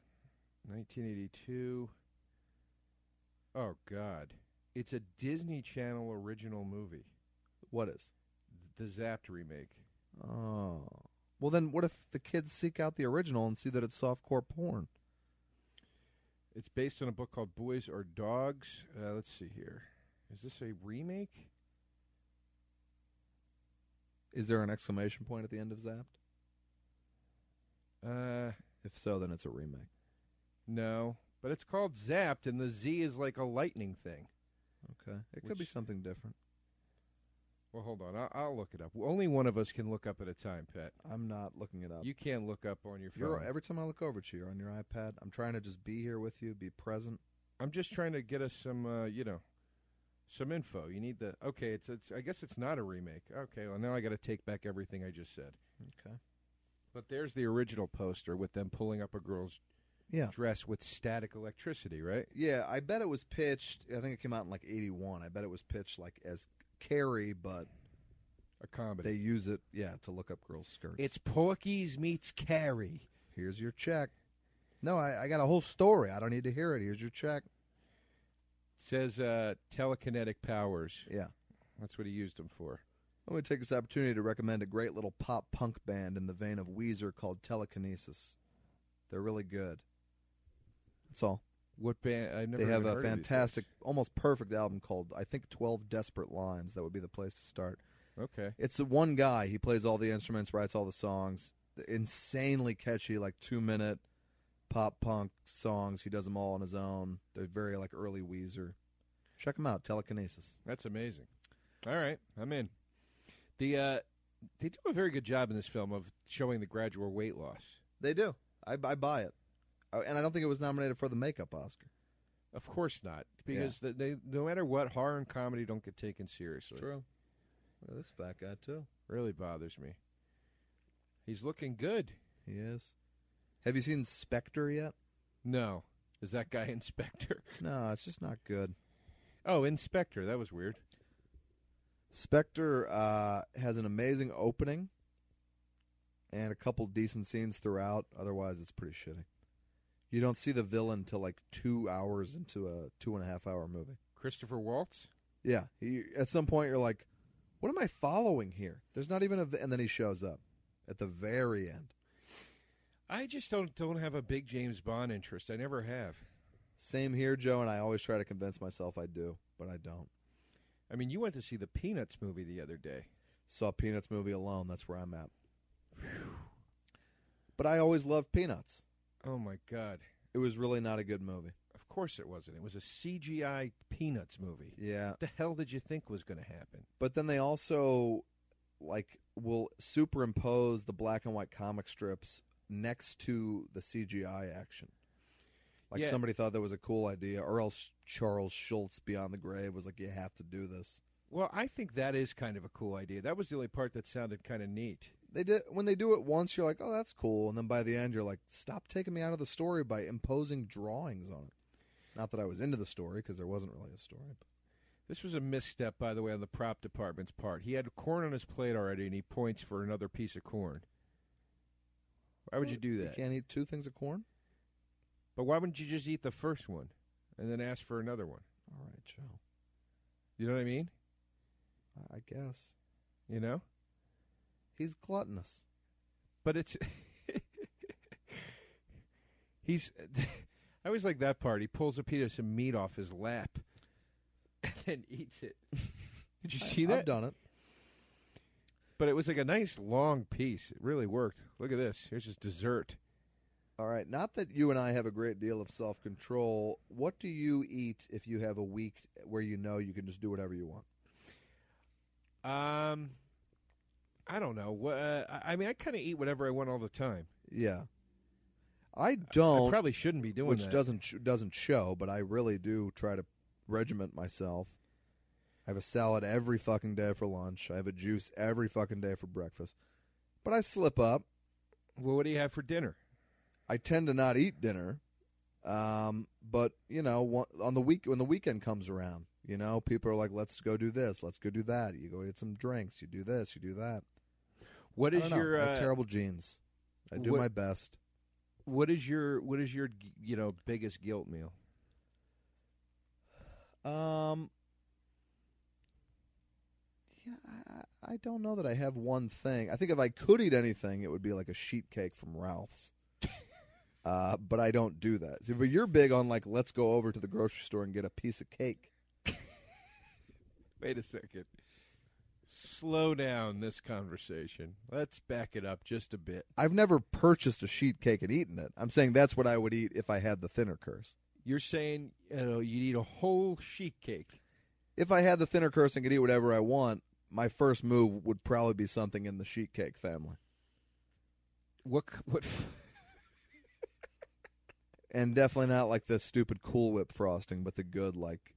1982. Oh god. It's a Disney Channel original movie.
What is?
The Zapped remake.
Oh. Well, then what if the kids seek out the original and see that it's softcore porn?
It's based on a book called Boys Are Dogs. Uh, let's see here. Is this a remake?
Is there an exclamation point at the end of Zapped?
Uh
If so, then it's a remake.
No, but it's called Zapped, and the Z is like a lightning thing.
Okay. It could
Which-
be something different.
Well, hold on. I'll, I'll look it up. Only one of us can look up at a time, Pat.
I'm not looking it up.
You can't look up on your phone.
You're, every time I look over to you you're on your iPad, I'm trying to just be here with you, be present.
I'm just trying to get us some, uh, you know, some info. You need the okay. It's it's. I guess it's not a remake. Okay. Well, now I got to take back everything I just said.
Okay.
But there's the original poster with them pulling up a girl's
Yeah.
dress with static electricity, right?
Yeah, I bet it was pitched. I think it came out in like '81. I bet it was pitched like as Carrie, but
A comedy.
they use it, yeah, to look up girls' skirts.
it's Porky's meets Carrie.
here's your check. No, I, I got a whole story. I don't need to hear it. Here's your check.
Says uh, telekinetic powers.
Yeah.
That's what he used them for.
Let me take this opportunity to recommend a great little pop punk band in the vein of Weezer called Telekinesis. They're really good. That's all.
What band? I never.
they have
even
a
heard of these
fantastic, almost perfect album called, I think, 12 Desperate Lines. That would be the place to start.
guys. Okay.
It's the one guy. He plays all the instruments, writes all the songs. Insanely catchy, like two minute pop punk songs. He does them all on his own. They're very like early Weezer. Check them out, Telekinesis.
That's amazing. All right, I'm in. The uh, they do a very good job in this film of showing the gradual weight loss.
They do. I, I buy it. Oh, and I don't think it was nominated for the makeup Oscar.
Of course not, because the, they no matter what horror and comedy don't get taken seriously.
True. Look at this fat guy too.
Really bothers me. He's looking good.
He is. Have you seen Spectre yet?
No, is that guy [LAUGHS] Inspector?
No, it's just not good.
Oh, Inspector. That was weird.
Spectre uh, has an amazing opening and a couple decent scenes throughout. Otherwise, it's pretty shitty. You don't see the villain till like two hours into a two and a half hour movie.
Christopher Waltz.
Yeah, he, at some point you're like, "What am I following here?" There's not even a, v- and then he shows up at the very end.
I just don't don't have a big James Bond interest. I never have.
Same here, Joe, and I always try to convince myself I do, but I don't.
I mean, you went to see the Peanuts movie the other day.
Saw Peanuts movie alone. That's where I'm at. But I always loved Peanuts.
Oh my God.
It was really not a good movie.
Of course it wasn't. It was a CGI Peanuts movie.
Yeah,
What the hell did you think was going to happen?
but then they also like will superimpose the black and white comic strips next to the CGI action. Like
Yeah.
somebody thought that was a cool idea, or else Charles Schultz Beyond the Grave was like, "You have to do this."
Well, I think that is kind of a cool idea. That was the only part that sounded kind of neat.
They did when they do it once, you're like, "Oh, that's cool," and then by the end, you're like, "Stop taking me out of the story by imposing drawings on it." Not that I was into the story because there wasn't really a story. But
This was a misstep, by the way, on the prop department's part. He had corn on his plate already, and he points for another piece of corn. Why would you do
you
that?
can't eat two things of corn.
But why wouldn't you just eat the first one and then ask for another one?
All right, Joe.
You know what I mean?
I- I guess
You know?
he's gluttonous.
But it's. [LAUGHS] He's. [LAUGHS] I always like that part. He pulls a piece of meat off his lap [LAUGHS] and then eats
[LAUGHS]
it. Did you see
I-
that?
I've done it.
But it was like a nice long piece. It really worked. Look at this. Here's his dessert.
All right. Not that you and I have a great deal of self control. What do you eat if you have a week where you know you can just do whatever you want?
Um, I don't know. Wha- Uh, I- I mean, I kind of eat whatever I want all the time.
Yeah. I
I
don't,
probably shouldn't be doing
Oh. which
that.
doesn't sh- doesn't show, but I really do try to regiment myself. I have a salad every fucking day for lunch. I have a juice every fucking day for breakfast. But I slip up.
well, what do you have for dinner?
I tend to not eat dinner, um, but you know, one- on the week when the weekend comes around, you know, people are like, "Let's go do this, let's go do that." You go get some drinks, you do this, you do that.
What
I
is
don't know.
your
I have
uh,
terrible genes? I do
what-
my best.
what is your what is your you know biggest guilt meal?
Um, yeah, I, I- I don't know that I have one thing. I think if I could eat anything, it would be like a sheet cake from Ralph's. Uh, but I don't do that. See, but you're big on like, let's go over to the grocery store and get a piece of cake.
Wait a second. Slow down this conversation. Let's back it up just a bit.
I've never purchased a sheet cake and eaten it. I'm saying that's what I would eat if I had the thinner curse.
You're saying you know you eat a whole sheet cake.
If I had the thinner curse and could eat whatever I want, my first move would probably be something in the sheet cake family.
What c- what? f-
And definitely not like the stupid Cool Whip frosting, but the good, like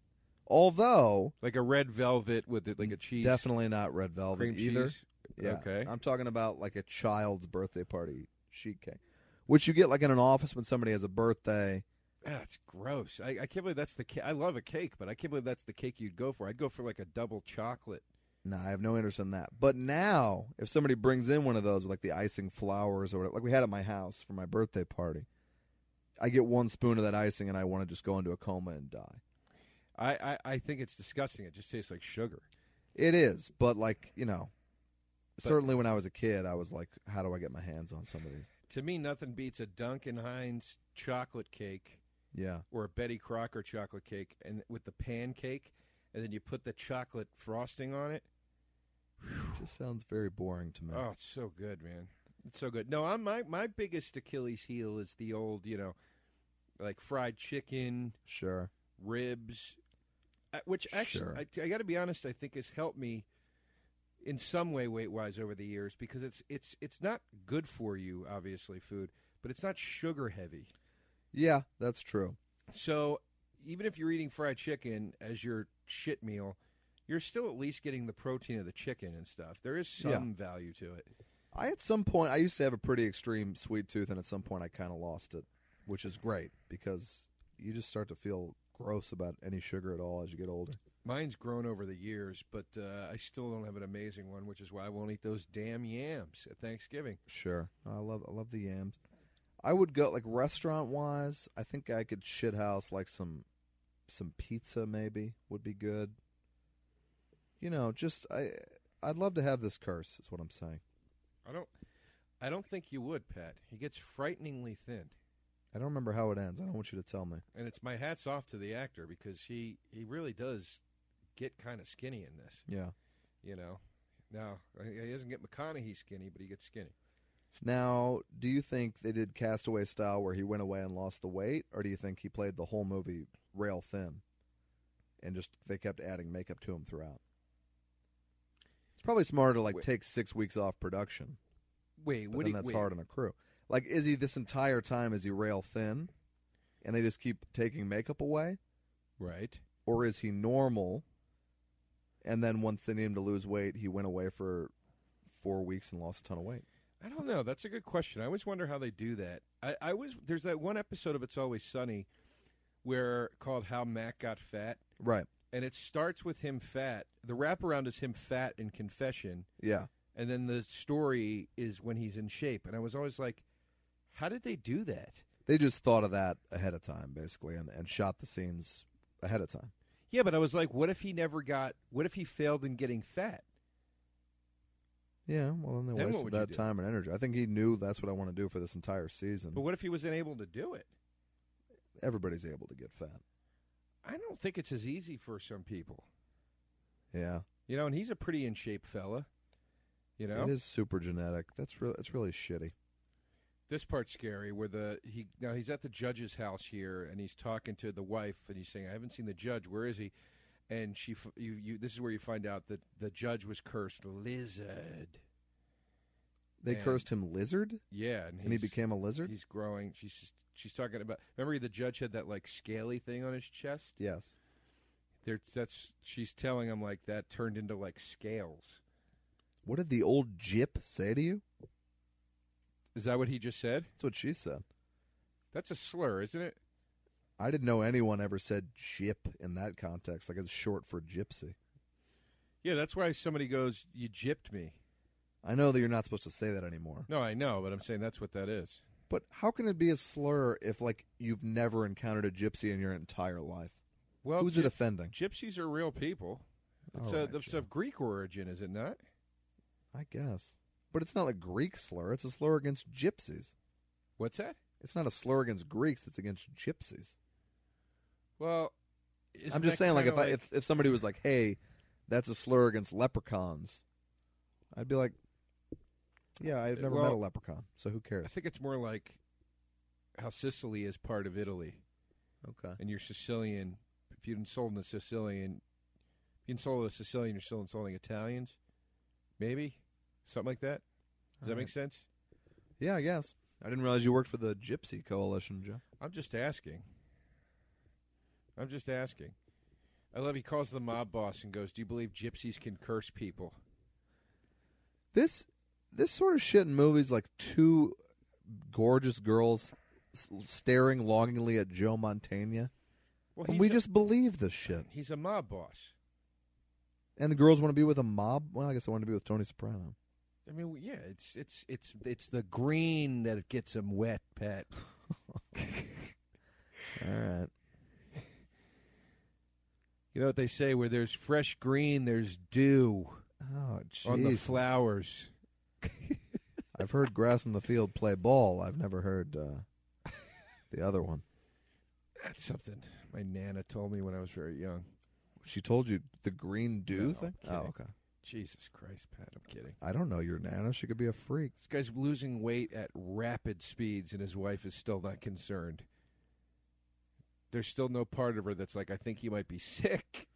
Although
Like a red velvet with it, like a cheese.
definitely not red velvet
cream
either.
cheese. Okay.
I'm talking about like a child's birthday party sheet cake, which you get like in an office when somebody has a birthday.
Ah, That's gross. I, I can't believe that's the cake. I love a cake, but I can't believe that's the cake you'd go for. I'd go for like a double chocolate.
No, I have no interest in that. But now, if somebody brings in one of those with like the icing flowers or whatever, like we had at my house for my birthday party, I get one spoon of that icing and I want to just go into a coma and die.
I, I, I think it's disgusting. It just tastes like sugar.
It is, but like you know,
But-
certainly when I was a kid, I was like, how do I get my hands on some of these?
To me, nothing beats a Duncan Hines chocolate cake
Yeah,
or a Betty Crocker chocolate cake and with the pancake, and then you put the chocolate frosting on it. [SIGHS]
just sounds very boring to me.
Oh, it's so good, man. It's so good. No, I'm, my my biggest Achilles heel is the old, you know, like fried chicken,
Sure,
ribs, uh, which actually,
Sure.
I, I got to be honest, I think has helped me in some way weight wise over the years because it's it's it's not good for you, obviously, food, but it's not sugar heavy.
yeah, that's true.
So even if you're eating fried chicken as your shit meal, you're still at least getting the protein of the chicken and stuff. There is
Yeah.
some value to it.
I at some point I used to have a pretty extreme sweet tooth, and at some point I kind of lost it, which is great because you just start to feel gross about any sugar at all as you get older.
Mine's grown over the years, but uh, I still don't have an amazing one, which is why I won't eat those damn yams at Thanksgiving.
Sure, I love I love the yams. I would go like restaurant wise. I think I could shit house like some some pizza maybe would be good. You know, just I I'd love to have this curse. Is what I'm saying.
I don't, I don't think you would, Pat. He gets frighteningly thin,
I don't remember how it ends. I don't want you to tell me.
and it's my hats off to the actor because he he really does get kind of skinny in this.
Yeah.
You know, now he doesn't get McConaughey skinny, but he gets skinny.
Now, do you think they did Castaway style where he went away and lost the weight, or do you think he played the whole movie rail thin, and just they kept adding makeup to him throughout? It's probably smarter to like
Wait.
take six weeks off production,
Wait,
but
what?
then
do you-
that's
wait,
hard on a crew. Like, is he this entire time is he rail thin, and they just keep taking makeup away,
Right.
or is he normal? And then once they need him to lose weight, he went away for four weeks and lost a ton of weight.
I don't know. That's a good question. I always wonder how they do that. I, I was there's that one episode of It's Always Sunny where called How Mac Got Fat,
Right?
and it starts with him fat. The wraparound is him fat in confession,
Yeah.
and then the story is when he's in shape. And I was always like, how did they do that?
They just thought of that ahead of time, basically, and, and shot the scenes ahead of time.
Yeah, but I was like, what if he never got? What if he failed in getting fat?
Yeah, well, then they
Then what
wasted
would you
that
do?
time and energy. I think he knew that's what I want to do for this entire season.
But what if he was unable to do it?
Everybody's able to get fat.
I don't think it's as easy for some people,
Yeah,
you know. And he's a pretty in shape fella, you know.
it is super genetic. That's really it's really shitty.
This part's scary. Where the he now he's at the judge's house here, and he's talking to the wife, and he's saying, "I haven't seen the judge. Where is he?" And she, f- you, you. This is where you find out that the judge was cursed lizard.
They
Man.
cursed him lizard,
Yeah, and,
and he
he's-
became a lizard.
He's growing. She's she's talking about. Remember, the judge had that like scaly thing on his chest.
Yes,
There, that's she's telling him like that turned into like scales.
what did the old jip say to you?
Is that what he just said?
That's what she said.
That's a slur, isn't it?
I didn't know anyone ever said jip in that context. Like it's short for gypsy.
Yeah, that's why somebody goes, "You gypped me."
I know that you're not supposed to say that anymore.
No, I know, but I'm saying that's what that is.
But how can it be a slur if like you've never encountered a gypsy in your entire life?
Well,
Who's
gy-
it offending?
Gypsies are real people. It's
All
a,
Oh, right,
that's
Joe.
of Greek origin, is it not?
I guess. But it's not a Greek slur, it's a slur against gypsies.
What's that?
It's not a slur against Greeks, it's against gypsies.
Well, isn't
I'm just
that
saying like if
kinda
I if, if somebody was like, "Hey, that's a slur against leprechauns." I'd be like, "Yeah, I've never met a
Well-
leprechaun, so who
I
cares?"
think it's more like how Sicily is part of Italy,
Okay.
and you're Sicilian. If you insult a Sicilian, if you insult a Sicilian, you're still insulting Italians. Maybe something like that. Does that make sense?
Yeah, I guess. I didn't realize you worked for the Gypsy Coalition, Joe.
I'm just asking. I'm just asking. I love he calls the mob boss and goes, "Do you believe gypsies can curse people?"
This this sort of shit in movies, like two gorgeous girls s- staring longingly at Joe Montana,
Well,
and
he's
we
a-
just believe this shit.
he's a mob boss.
And the girls want to be with a mob. Well, I guess I want to be with Tony Soprano. [LAUGHS]
I mean, yeah, it's it's it's it's the green that gets him wet, Pat.
All right.
You know what they say? Where there's fresh green, there's dew
Oh, jeez.
on the flowers.
I've heard grass in the field play ball. I've never heard uh, the other one.
That's something my nana told me when I was very young.
She told you the green dew
No,
thing.
I'm
Oh,
kidding.
okay.
Jesus Christ, Pat! I'm kidding.
I don't know your nana. She could be a freak.
This guy's losing weight at rapid speeds, and his wife is still not concerned. There's still no part of her that's like, I think you might be sick.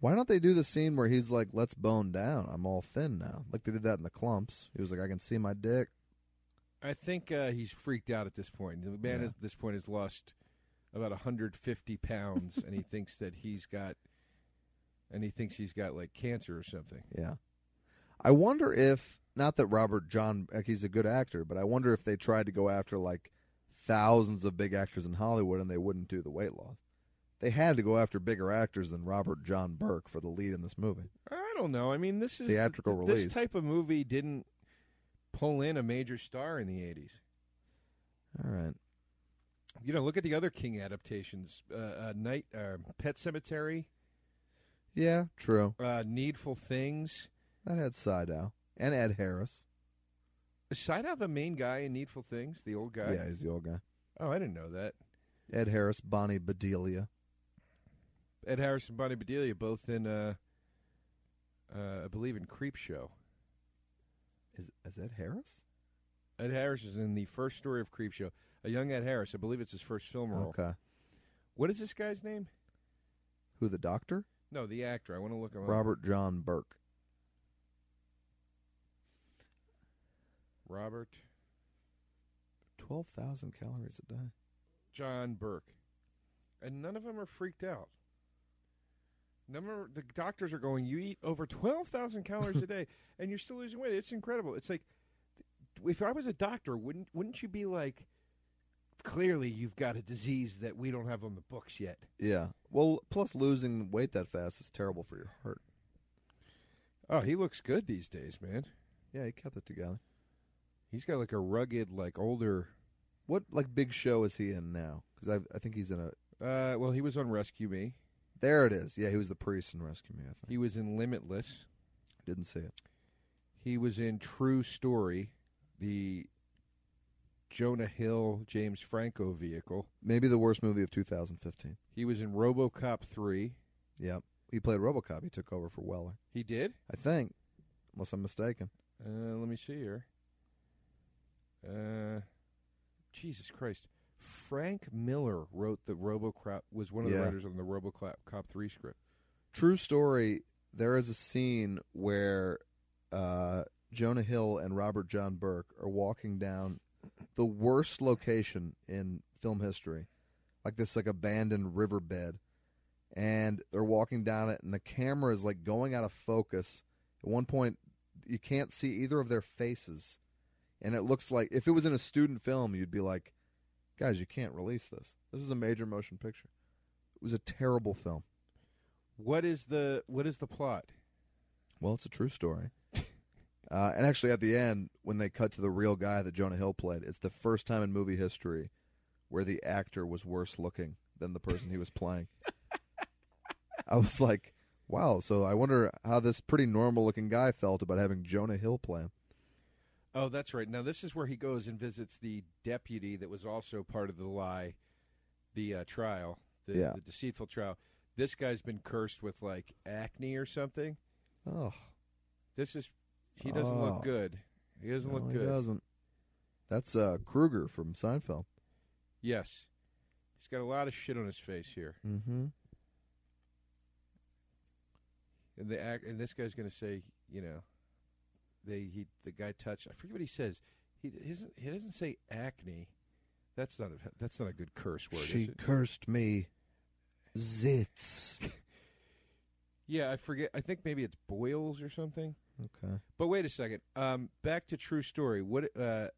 Why don't they do the scene where he's like, "Let's bone down. I'm all thin now." Like they did that in the clumps. He was like, "I can see my dick."
I think uh, he's freaked out at this point. The man
Yeah.
at this point has lost about 150 pounds,
[LAUGHS]
and he thinks that he's got, and he thinks he's got like cancer or something.
Yeah. I wonder if not that Robert John like he's a good actor, but I wonder if they tried to go after like thousands of big actors in Hollywood and they wouldn't do the weight loss. They had to go after bigger actors than Robert John Burke for the lead in this movie.
I don't know. I mean, this is
Theatrical
th-
release.
This type of movie didn't pull in a major star in the 80s.
All right.
You know, look at the other King adaptations: uh, uh, Night, uh, Pet Cemetery,
Yeah, true.
uh, Needful Things.
That had Sidow and Ed Harris.
Is Sidow the main guy in Needful Things? The old guy.
Yeah, he's the old guy.
Oh, I didn't know that.
Ed Harris, Bonnie Bedelia.
Ed Harris and Bonnie Bedelia both in, uh, uh, I believe, in Creep Show.
Is is Ed Harris?
Ed Harris is in the first story of Creep Show. A young Ed Harris, I believe it's his first film role.
Okay.
What is this guy's name?
Who the doctor?
No, the actor. I want to look him up.
Robert John Burke.
Robert
Twelve thousand calories a day.
John Burke, and none of them are freaked out. Number the doctors are going. You eat over twelve thousand calories a [LAUGHS] day, and you're still losing weight. It's incredible. It's like if I was a doctor, wouldn't wouldn't you be like, clearly you've got a disease that we don't have on the books yet.
Yeah. Well, plus losing weight that fast is terrible for your heart.
Oh, he looks good these days, man.
Yeah, he kept it together.
He's got like a rugged, like older.
What like big show is he in now? Because I I think he's in a.
Uh, well, he was on Rescue Me.
There it is. Yeah, he was the priest in Rescue Me. I think
He was in Limitless.
didn't see it.
He was in True Story, the Jonah Hill James Franco vehicle.
Maybe the worst movie of 2015.
He was in RoboCop 3.
Yep. He played RoboCop. He took over for Weller,
He did?
I think, unless I'm mistaken.
Uh, let me see here. Uh, Jesus Christ. Frank Miller wrote the RoboCop was one of the
Yeah.
writers on the RoboCop Cop 3 script.
True story. There is a scene where uh, Jonah Hill and Robert John Burke are walking down the worst location in film history, like this like abandoned riverbed, and they're walking down it, and the camera is like going out of focus. At one point, you can't see either of their faces, and it looks like if it was in a student film, you'd be like, "Guys, you can't release this. This is a major motion picture." It was a terrible film.
What is the what is the plot?
Well, it's a
[LAUGHS]
true story. uh, and actually, at the end, when they cut to the real guy that Jonah Hill played, it's the first time in movie history where the actor was worse looking than the person he
[LAUGHS]
was playing. I was like, wow. So I wonder how this pretty normal looking guy felt about having Jonah Hill play him.
Oh, that's right. Now this is where he goes and visits the deputy that was also part of the lie, the uh, trial, the,
Yeah.
the deceitful trial. This guy's been cursed with like acne or something.
Oh,
This is he doesn't
Oh.
look good. He doesn't
no,
look
He
good.
doesn't. That's uh, Kruger from Seinfeld.
Yes, he's got a lot of shit on his face here,
Mm-hmm.
and the act, and this guy's going to say, you know, they he the guy touched. I forget what he says. He doesn't. He doesn't say acne. That's not a that's not a good curse word. is
She
it?
cursed me. Zits.
Yeah, I forget. I think maybe it's Boyles or something.
Okay.
But wait a second. Um, back to true story. What uh,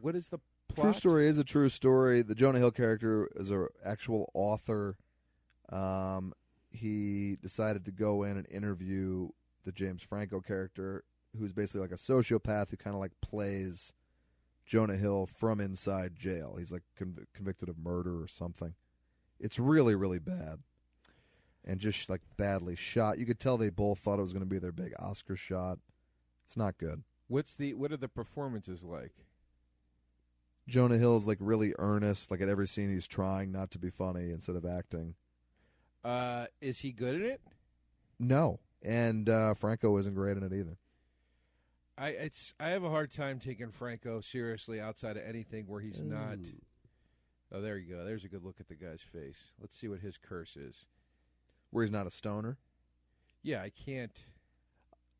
what is the plot?
True story is a true story. The Jonah Hill character is an actual author. Um, he decided to go in and interview the James Franco character, who's basically like a sociopath who kind of like plays Jonah Hill from inside jail. He's like conv- convicted of murder or something. It's really, really bad. And just like badly shot. You could tell they both thought it was going to be their big Oscar shot. It's not good.
What's the what are the performances like?
Jonah Hill is like really earnest. Like at every scene, he's trying not to be funny instead of acting.
Uh, is he good at it?
No, and uh, Franco isn't great in it either.
I it's I have a hard time taking Franco seriously outside of anything where he's
Mm.
not.
Ooh.
Oh, there you go. There's a good look at the guy's face. Let's see what his curse is.
Where he's not a stoner.
Yeah, I can't.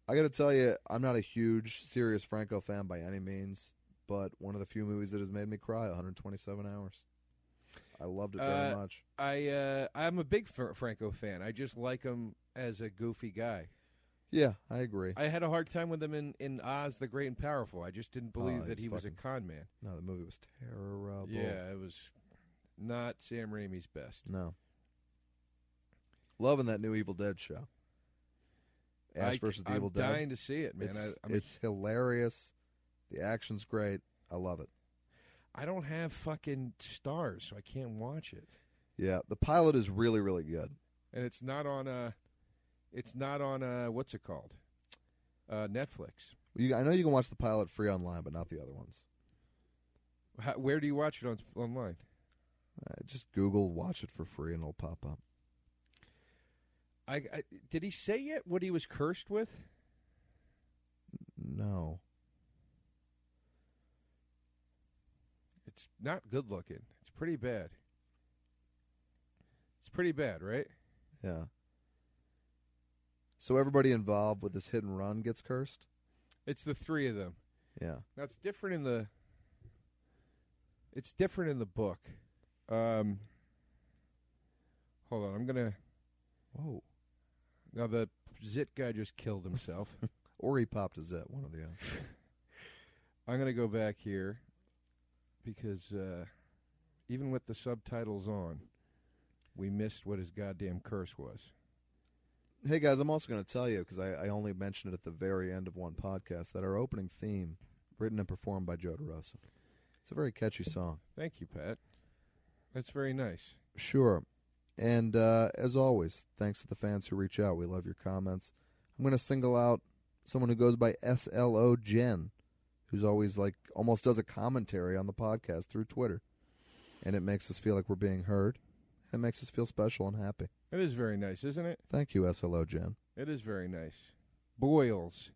I got to tell you, I'm not a huge serious Franco fan by any means, but one of the few movies that has made me cry 127 hours. I loved it very
Uh,
much.
I uh, I'm a big Fr- Franco fan. I just like him as a goofy guy.
Yeah, I agree.
I had a hard time with him in, in Oz the Great and Powerful. I just didn't believe
Oh,
that
he's
he was a
fucking-
con man.
No, the movie was terrible.
Yeah, it was not Sam Raimi's best.
No. Loving that new Evil Dead show. Ash
I,
versus the
am
Evil Dead.
dying to see it, man.
It's,
I, I'm a-
it's hilarious. The action's great. I love it.
I don't have fucking stars, so I can't watch it.
Yeah, the pilot is really, really good.
And it's not on uh it's not on uh what's it called? Uh, Netflix.
You, I know you can watch the pilot free online, but not the other ones.
How, where do you watch it on online?
Uh, just Google, watch it for free, and it'll pop up.
I, I did he say yet what he was cursed with?
No,
It's not good looking. It's pretty bad. It's pretty bad, right?
yeah. So everybody involved with this hit and run gets cursed.
It's the three of them.
Yeah,
Now it's different in the. It's different in the book. Um, hold on, I'm gonna.
whoa.
Now the zit guy just killed himself.
Or he popped his zit, one or the other.
I'm gonna go back here because uh, even with the subtitles on, we missed what his goddamn curse was.
Hey guys, I'm also going to tell you because I, I only mentioned it at the very end of one podcast that our opening theme, written and performed by Joe DeRosa, it's a very catchy song.
Thank you, Pat. That's very nice.
Sure. And uh, as always, thanks to the fans who reach out. We love your comments. I'm going to single out someone who goes by SLO Jen, who's always like almost does a commentary on the podcast through Twitter. And it makes us feel like we're being heard. It makes us feel special and happy.
It is very nice, isn't it?
Thank you, SLO Jen.
It is very nice. Boils.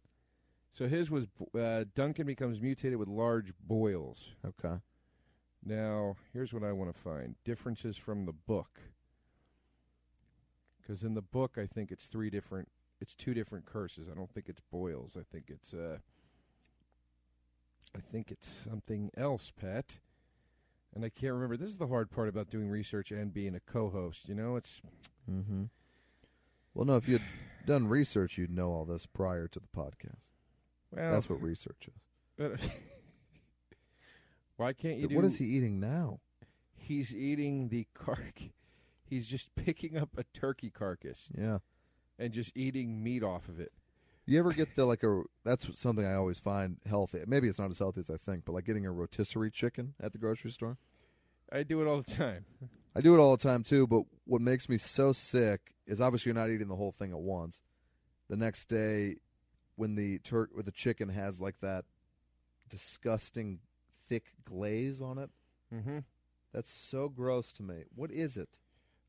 So his was uh, Duncan becomes mutated with large boils.
Okay.
Now, here's what I want to find differences from the book. Because in the book, I think it's three different, it's two different curses. I don't think it's boils. I think it's, uh, I think it's something else, Pat. And I can't remember. This is the hard part about doing research and being a co-host. You know, it's
Mm-hmm. Well, no, if you'd done research, you'd know all this prior to the podcast.
well.
That's what research is.
[LAUGHS] why can't you do?
What is he eating now?
He's eating the carc. He's just picking up a turkey carcass
Yeah.
and just eating meat off of it.
You ever get the like a that's something I always find healthy. Maybe it's not as healthy as I think, but like getting a rotisserie chicken at the grocery store.
I do it all the time.
I do it all the time too, but what makes me so sick is obviously you're not eating the whole thing at once. The next day when the turk with the chicken has like that disgusting thick glaze on it,
Mm-hmm.
that's so gross to me. What is it?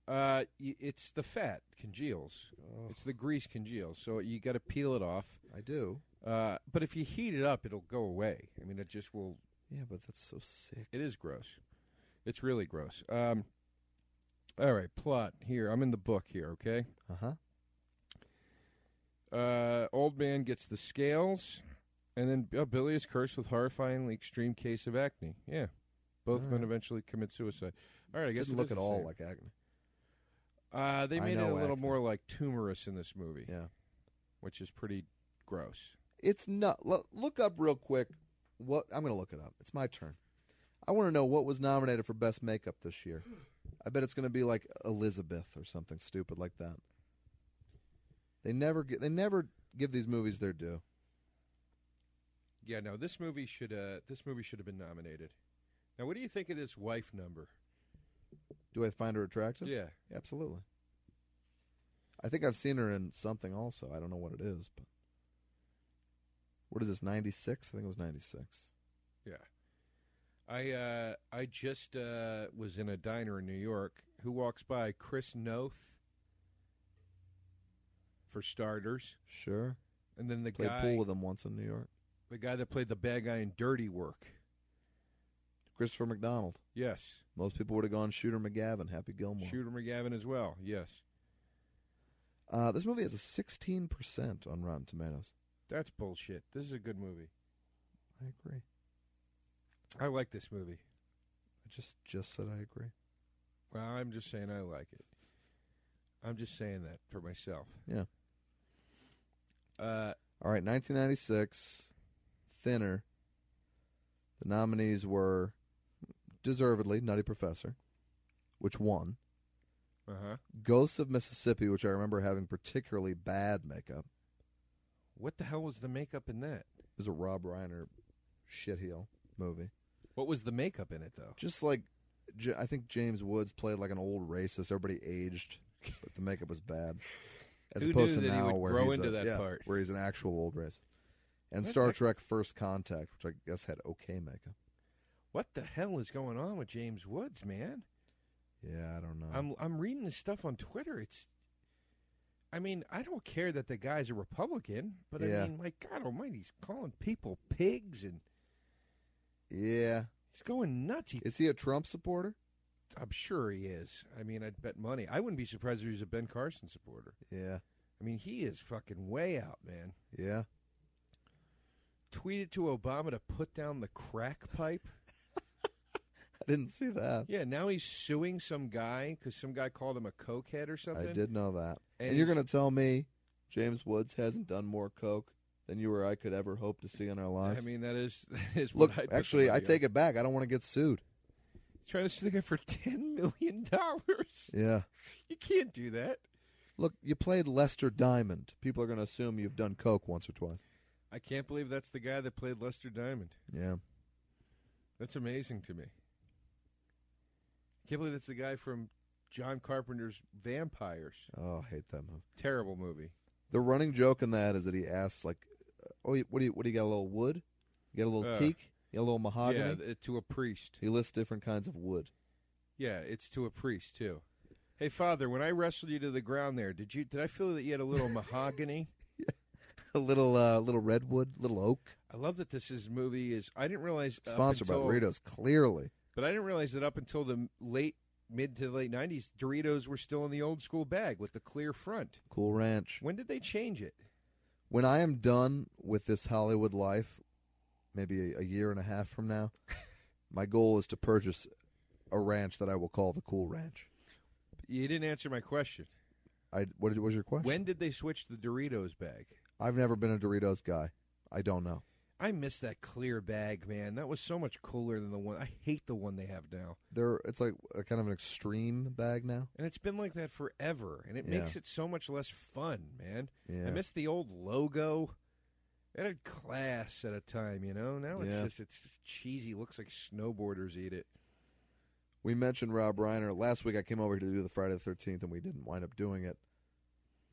Uh, y- it's the fat congeals.
Ugh,
It's the grease congeals. So you got to peel it off.
I do.
Uh, but if you heat it up, it'll go away. I mean, it just will.
Yeah, but that's so sick.
It is gross. It's really gross. Um, all right, plot here. I'm in the book here. Okay.
Uh-huh.
Uh, old man gets the scales, and then oh, Billy is cursed with horrifyingly extreme case of acne. Yeah, both
All
men
right.
eventually commit suicide. All right, I guess
Didn't
it
look
is
at
the
all
same.
like acne.
Uh, they
I
made it
know
a little
acne.
more like tumorous in this movie,
Yeah.
which is pretty gross.
It's not. L- look up real quick. What I'm going to look it up. It's my turn. I want to know what was nominated for best makeup this year. I bet it's going to be like Elizabeth or something stupid like that. They never get. They never give these movies their due.
Yeah, no, this movie should uh, this movie should have been nominated. Now, what do you think of this wife number?
Do I find her attractive?
Yeah,
Absolutely. I think I've seen her in something also. I don't know what it is, but what is this? Ninety six? I think it was ninety six.
I uh, I just uh, was in a diner in New York. Who walks by? Chris Noth, for starters,
Sure.
and then the
Played
guy
pool with him once in New York.
the guy that played the bad guy in Dirty Work.
Christopher McDonald.
Yes,
Most people would have gone Shooter McGavin, Happy Gilmore.
Shooter McGavin as well. Yes,
Uh, this movie has a 16% on Rotten Tomatoes.
that's bullshit. This is a good movie.
I agree.
I like this movie.
I just just said I agree.
Well, I'm just saying I like it. I'm just saying that for myself.
Yeah.
Uh,
All right, 1996, Thinner. The nominees were deservedly Nutty Professor, which won.
uh huh.
Ghosts of Mississippi, which I remember having particularly bad makeup.
What the hell was the makeup in that?
It was a Rob Reiner shitheel movie.
What was the makeup in it though?
Just like, J- I think James Woods played like an old racist. Everybody aged, but the makeup was bad. As
Who
opposed
knew
to
that he
now,
would
where
grow
he's
into
a-
that
yeah,
part?
where he's an actual old racist. And
What
Star
the-
Trek: First Contact, which I guess had okay makeup.
What the hell is going on with James Woods, man?
Yeah, I don't know.
I'm I'm reading this stuff on Twitter. It's I mean, I don't care that the guy's a Republican, but I
Yeah.
mean, my God almighty, he's calling people pigs and
yeah,
he's going nuts. He,
is he a Trump supporter?
I'm sure he is. I mean, I'd bet money. I wouldn't be surprised if he was a Ben Carson supporter.
Yeah,
I mean, he is fucking way out, man.
yeah.
tweeted to Obama to put down the crack
[LAUGHS]
pipe.
I didn't see that.
Yeah, now he's suing some guy because some guy called him a cokehead or something.
I did know that.
And
And, you're
he's-
going to tell me James Woods hasn't done more coke than you or I could ever hope to see in our
I
lives?
mean, that is [LAUGHS] that is
look,
what I'd put
actually, I
somebody
take it back. I don't want to get sued.
on. trying to sue the guy for [LAUGHS] ten million dollars.
Yeah.
You can't do that.
Look, you played Lester Diamond. People are going to assume you've done coke once or twice.
I can't believe that's the guy that played Lester Diamond.
Yeah.
That's amazing to me. Can't believe that's the guy from John Carpenter's Vampires.
Oh, I hate that movie.
Terrible movie.
The running joke in that is that he asks, like, "Oh, you- what do you what do you got? A little wood? You got a little
Uh,
teak? You got a little mahogany?"
Yeah, th- to a priest.
he lists different kinds of wood. [LAUGHS]
Yeah, it's to a priest too. Hey, Father, when I wrestled you to the ground there, did you did I feel that you had a
[LAUGHS]
little mahogany?
a little uh, little redwood, little oak.
I love that this is movie is. I didn't realize up
Sponsored
until-
by Doritos, clearly.
but I didn't realize that up until the late mid to late nineties, Doritos were still in the old school bag with the clear front.
Cool Ranch.
When did they change it?
when I am done with this Hollywood life, maybe a, a year and a half
[LAUGHS]
from now, my goal is to purchase a ranch that I will call the Cool Ranch.
You didn't answer my question.
I what did- what was your question?
When did they switch the Doritos bag?
I've never been a Doritos guy. I don't know.
I miss that clear bag, man. That was so much cooler than the one. I hate the one they have now.
They're it's like a kind of an extreme bag now.
And it's been like that forever, and it
Yeah.
makes it so much less fun, man.
Yeah.
I miss the old logo. It had class at a time, you know. Now it's
Yeah.
just it's just cheesy. Looks like snowboarders eat it.
we mentioned Rob Reiner last week. I came over here to do the Friday the Thirteenth, and we didn't wind up doing it.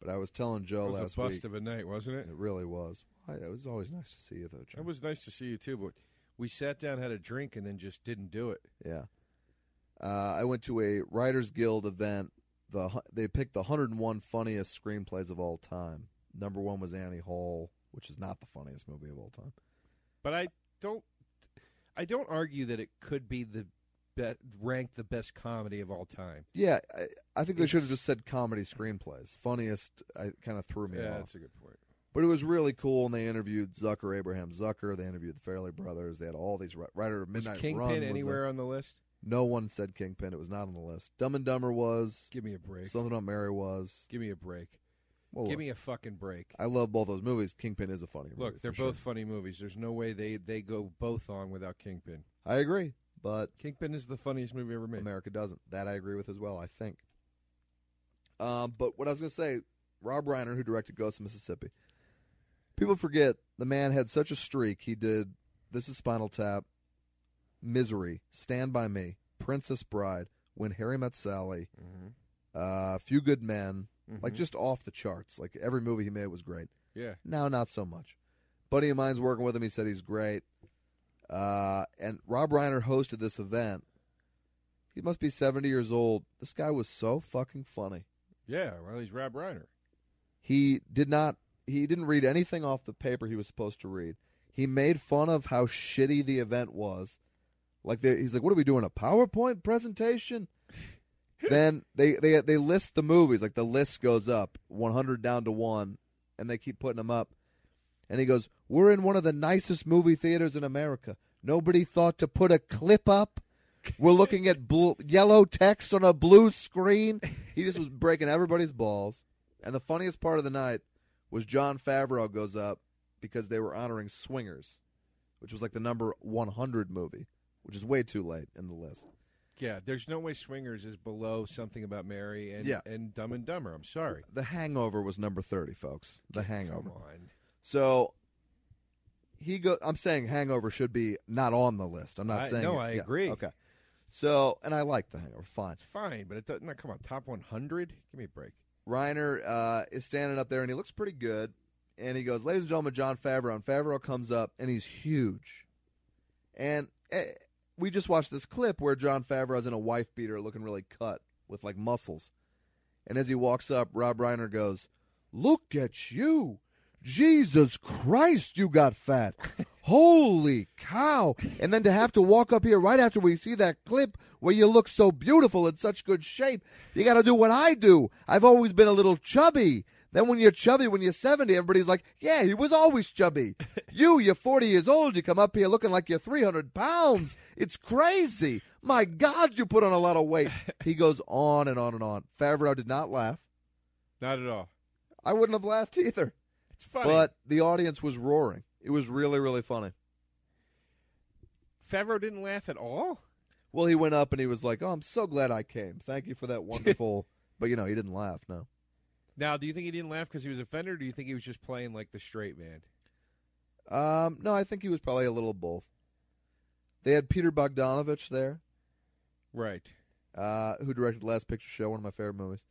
But I was telling Joe
it was a
last
bust
week,
of a night, wasn't it?
it really was. I, it was always nice to see you though. Joe.
It was nice to see you too, but we sat down, had a drink, and then just didn't do it.
Yeah. Uh, I went to a Writers Guild event. The hu- they picked the 101 funniest screenplays of all time. Number one was Annie Hall, which is not the funniest movie of all time.
But I don't, I don't argue that it could be the be- ranked the best comedy of all time.
Yeah, I, I think they should have
It's-
just said comedy screenplays. Funniest, I kind of threw me
yeah,
off.
that's a good point.
But it was really cool, and they interviewed Zucker, Abraham Zucker. They interviewed the Fairley Brothers. They had all these wri- writer of
Was
Midnight
Kingpin
Run. was there.
anywhere on the list?
No one said Kingpin. It was not on the list. Dumb and Dumber was.
Give me a break.
Something About Mary was.
Give me a break.
Well,
Give
look,
me a fucking break.
I love both those movies. Kingpin is a funny movie.
Look, they're
for sure.
both funny movies. There's no way they, they go both on without Kingpin.
I agree, but
Kingpin is the funniest movie ever made.
America doesn't. That I agree with as well. I think. Um, but what I was going to say, Rob Reiner, who directed Ghost of Mississippi, people forget the man had such a streak. He did This Is Spinal Tap, Misery, Stand by Me, Princess Bride, When Harry Met Sally,
Mm-hmm.
uh, Few Good Men, like just off the charts. Like every movie he made was great.
yeah,
No, not so much. Buddy of mine's working with him. He said he's great. Uh, and Rob Reiner hosted this event. He must be 70 years old. This guy was so fucking funny.
yeah. Well, he's Rob Reiner.
He did not. He didn't read anything off the paper he was supposed to read. He made fun of how shitty the event was. Like they, he's like, "What are we doing? A PowerPoint presentation?" then they they they list the movies. Like the list goes up, 100 down to one, and they keep putting them up. And he goes, "We're in one of the nicest movie theaters in America. Nobody thought to put a clip up. We're looking at blue, yellow text on a blue screen." He just was breaking everybody's balls. And the funniest part of the night was John Favreau goes up because they were honoring Swingers, which was like the number 100 movie, which is way too late in the list.
Yeah, there's no way Swingers is below something about Mary and
Yeah.
and Dumb and Dumber. I'm sorry.
The Hangover was number 30, folks. The Hangover.
Come on.
So he go. I'm saying Hangover should be not on the list. I'm not
I-
saying
no,
it-
I
yeah,
agree.
Okay. So and I like the Hangover. Fine.
It's fine, but it doesn't. no, Come on, top 100. Give me a break.
Reiner uh, is standing up there and he looks pretty good. And he goes, "Ladies and gentlemen, John Favreau." And Favreau comes up and he's huge. And eh, we just watched this clip where John Favreau's in a wife beater, looking really cut with like muscles. And as he walks up, Rob Reiner goes, "Look at you, Jesus Christ, you got fat." Holy cow! And then to have to walk up here right after we see that clip where you look so beautiful in such good shape, you got to do what I do. I've always been a little chubby. Then when you're chubby, when you're 70, everybody's like, yeah, he was always chubby. You, you're 40 years old, you come up here looking like you're 300 pounds. It's crazy. My God, you put on a lot of weight. He goes on and on and on. Favreau did not laugh.
Not at all.
I wouldn't have laughed either.
It's funny.
But the audience was roaring. It was really, really funny.
Favreau didn't laugh at all.
Well, he went up and he was like, "Oh, I'm so glad I came. Thank you for that wonderful." but you know, he didn't laugh. No,
Now, do you think he didn't laugh because he was offended, or do you think he was just playing like the straight man?
um, no, I think he was probably a little of both. They had Peter Bogdanovich there,
Right.
uh, who directed Last Picture Show, one of my favorite movies,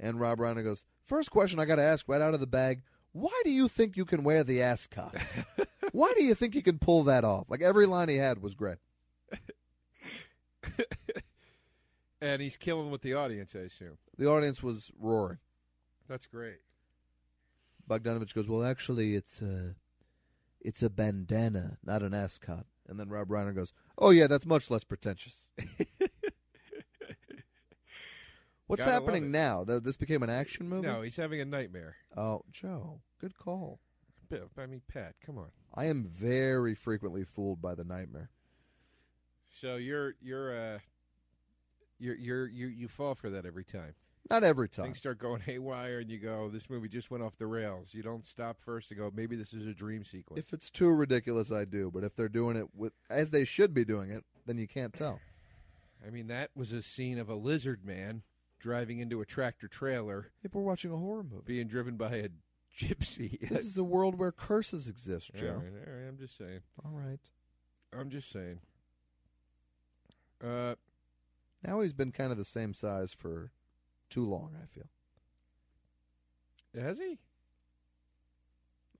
and Rob Reiner goes, First question I got to ask right out of the bag: Why do you think you can wear the ascot?
[LAUGHS]
Why do you think you can pull that off?" Like every line he had was great.
[LAUGHS] And he's killing with the audience, I assume.
The audience was roaring.
That's great.
Bogdanovich goes, "Well, actually, it's a, it's a bandana, not an ascot." And then Rob Reiner goes, "Oh yeah, that's much less
[LAUGHS]
pretentious."
Gotta love
What's
it.
happening now? Th- This became an action movie.
No, he's having a nightmare.
Oh, Joe, good call.
Bill, I mean, Pat, come on.
I am very frequently fooled by the nightmare.
So you're you're uh you're you're you you fall for that every time.
Not every time.
Things start going [LAUGHS] haywire, and you go, "This movie just went off the rails." You don't stop first to go, "Maybe this is a dream sequence."
If it's too ridiculous, I do. But if they're doing it with as they should be doing it, then you can't tell.
I mean, that was a scene of a lizard man driving into a tractor trailer,
If we're watching a
[LAUGHS]
horror movie,
being driven by a gypsy.
[LAUGHS] this is a world where curses exist,
[LAUGHS] all, right, all
Joe.
right, I'm just saying.
All right.
I'm just saying. Uh,
Now he's been kind of the same size for too long, I feel.
has he?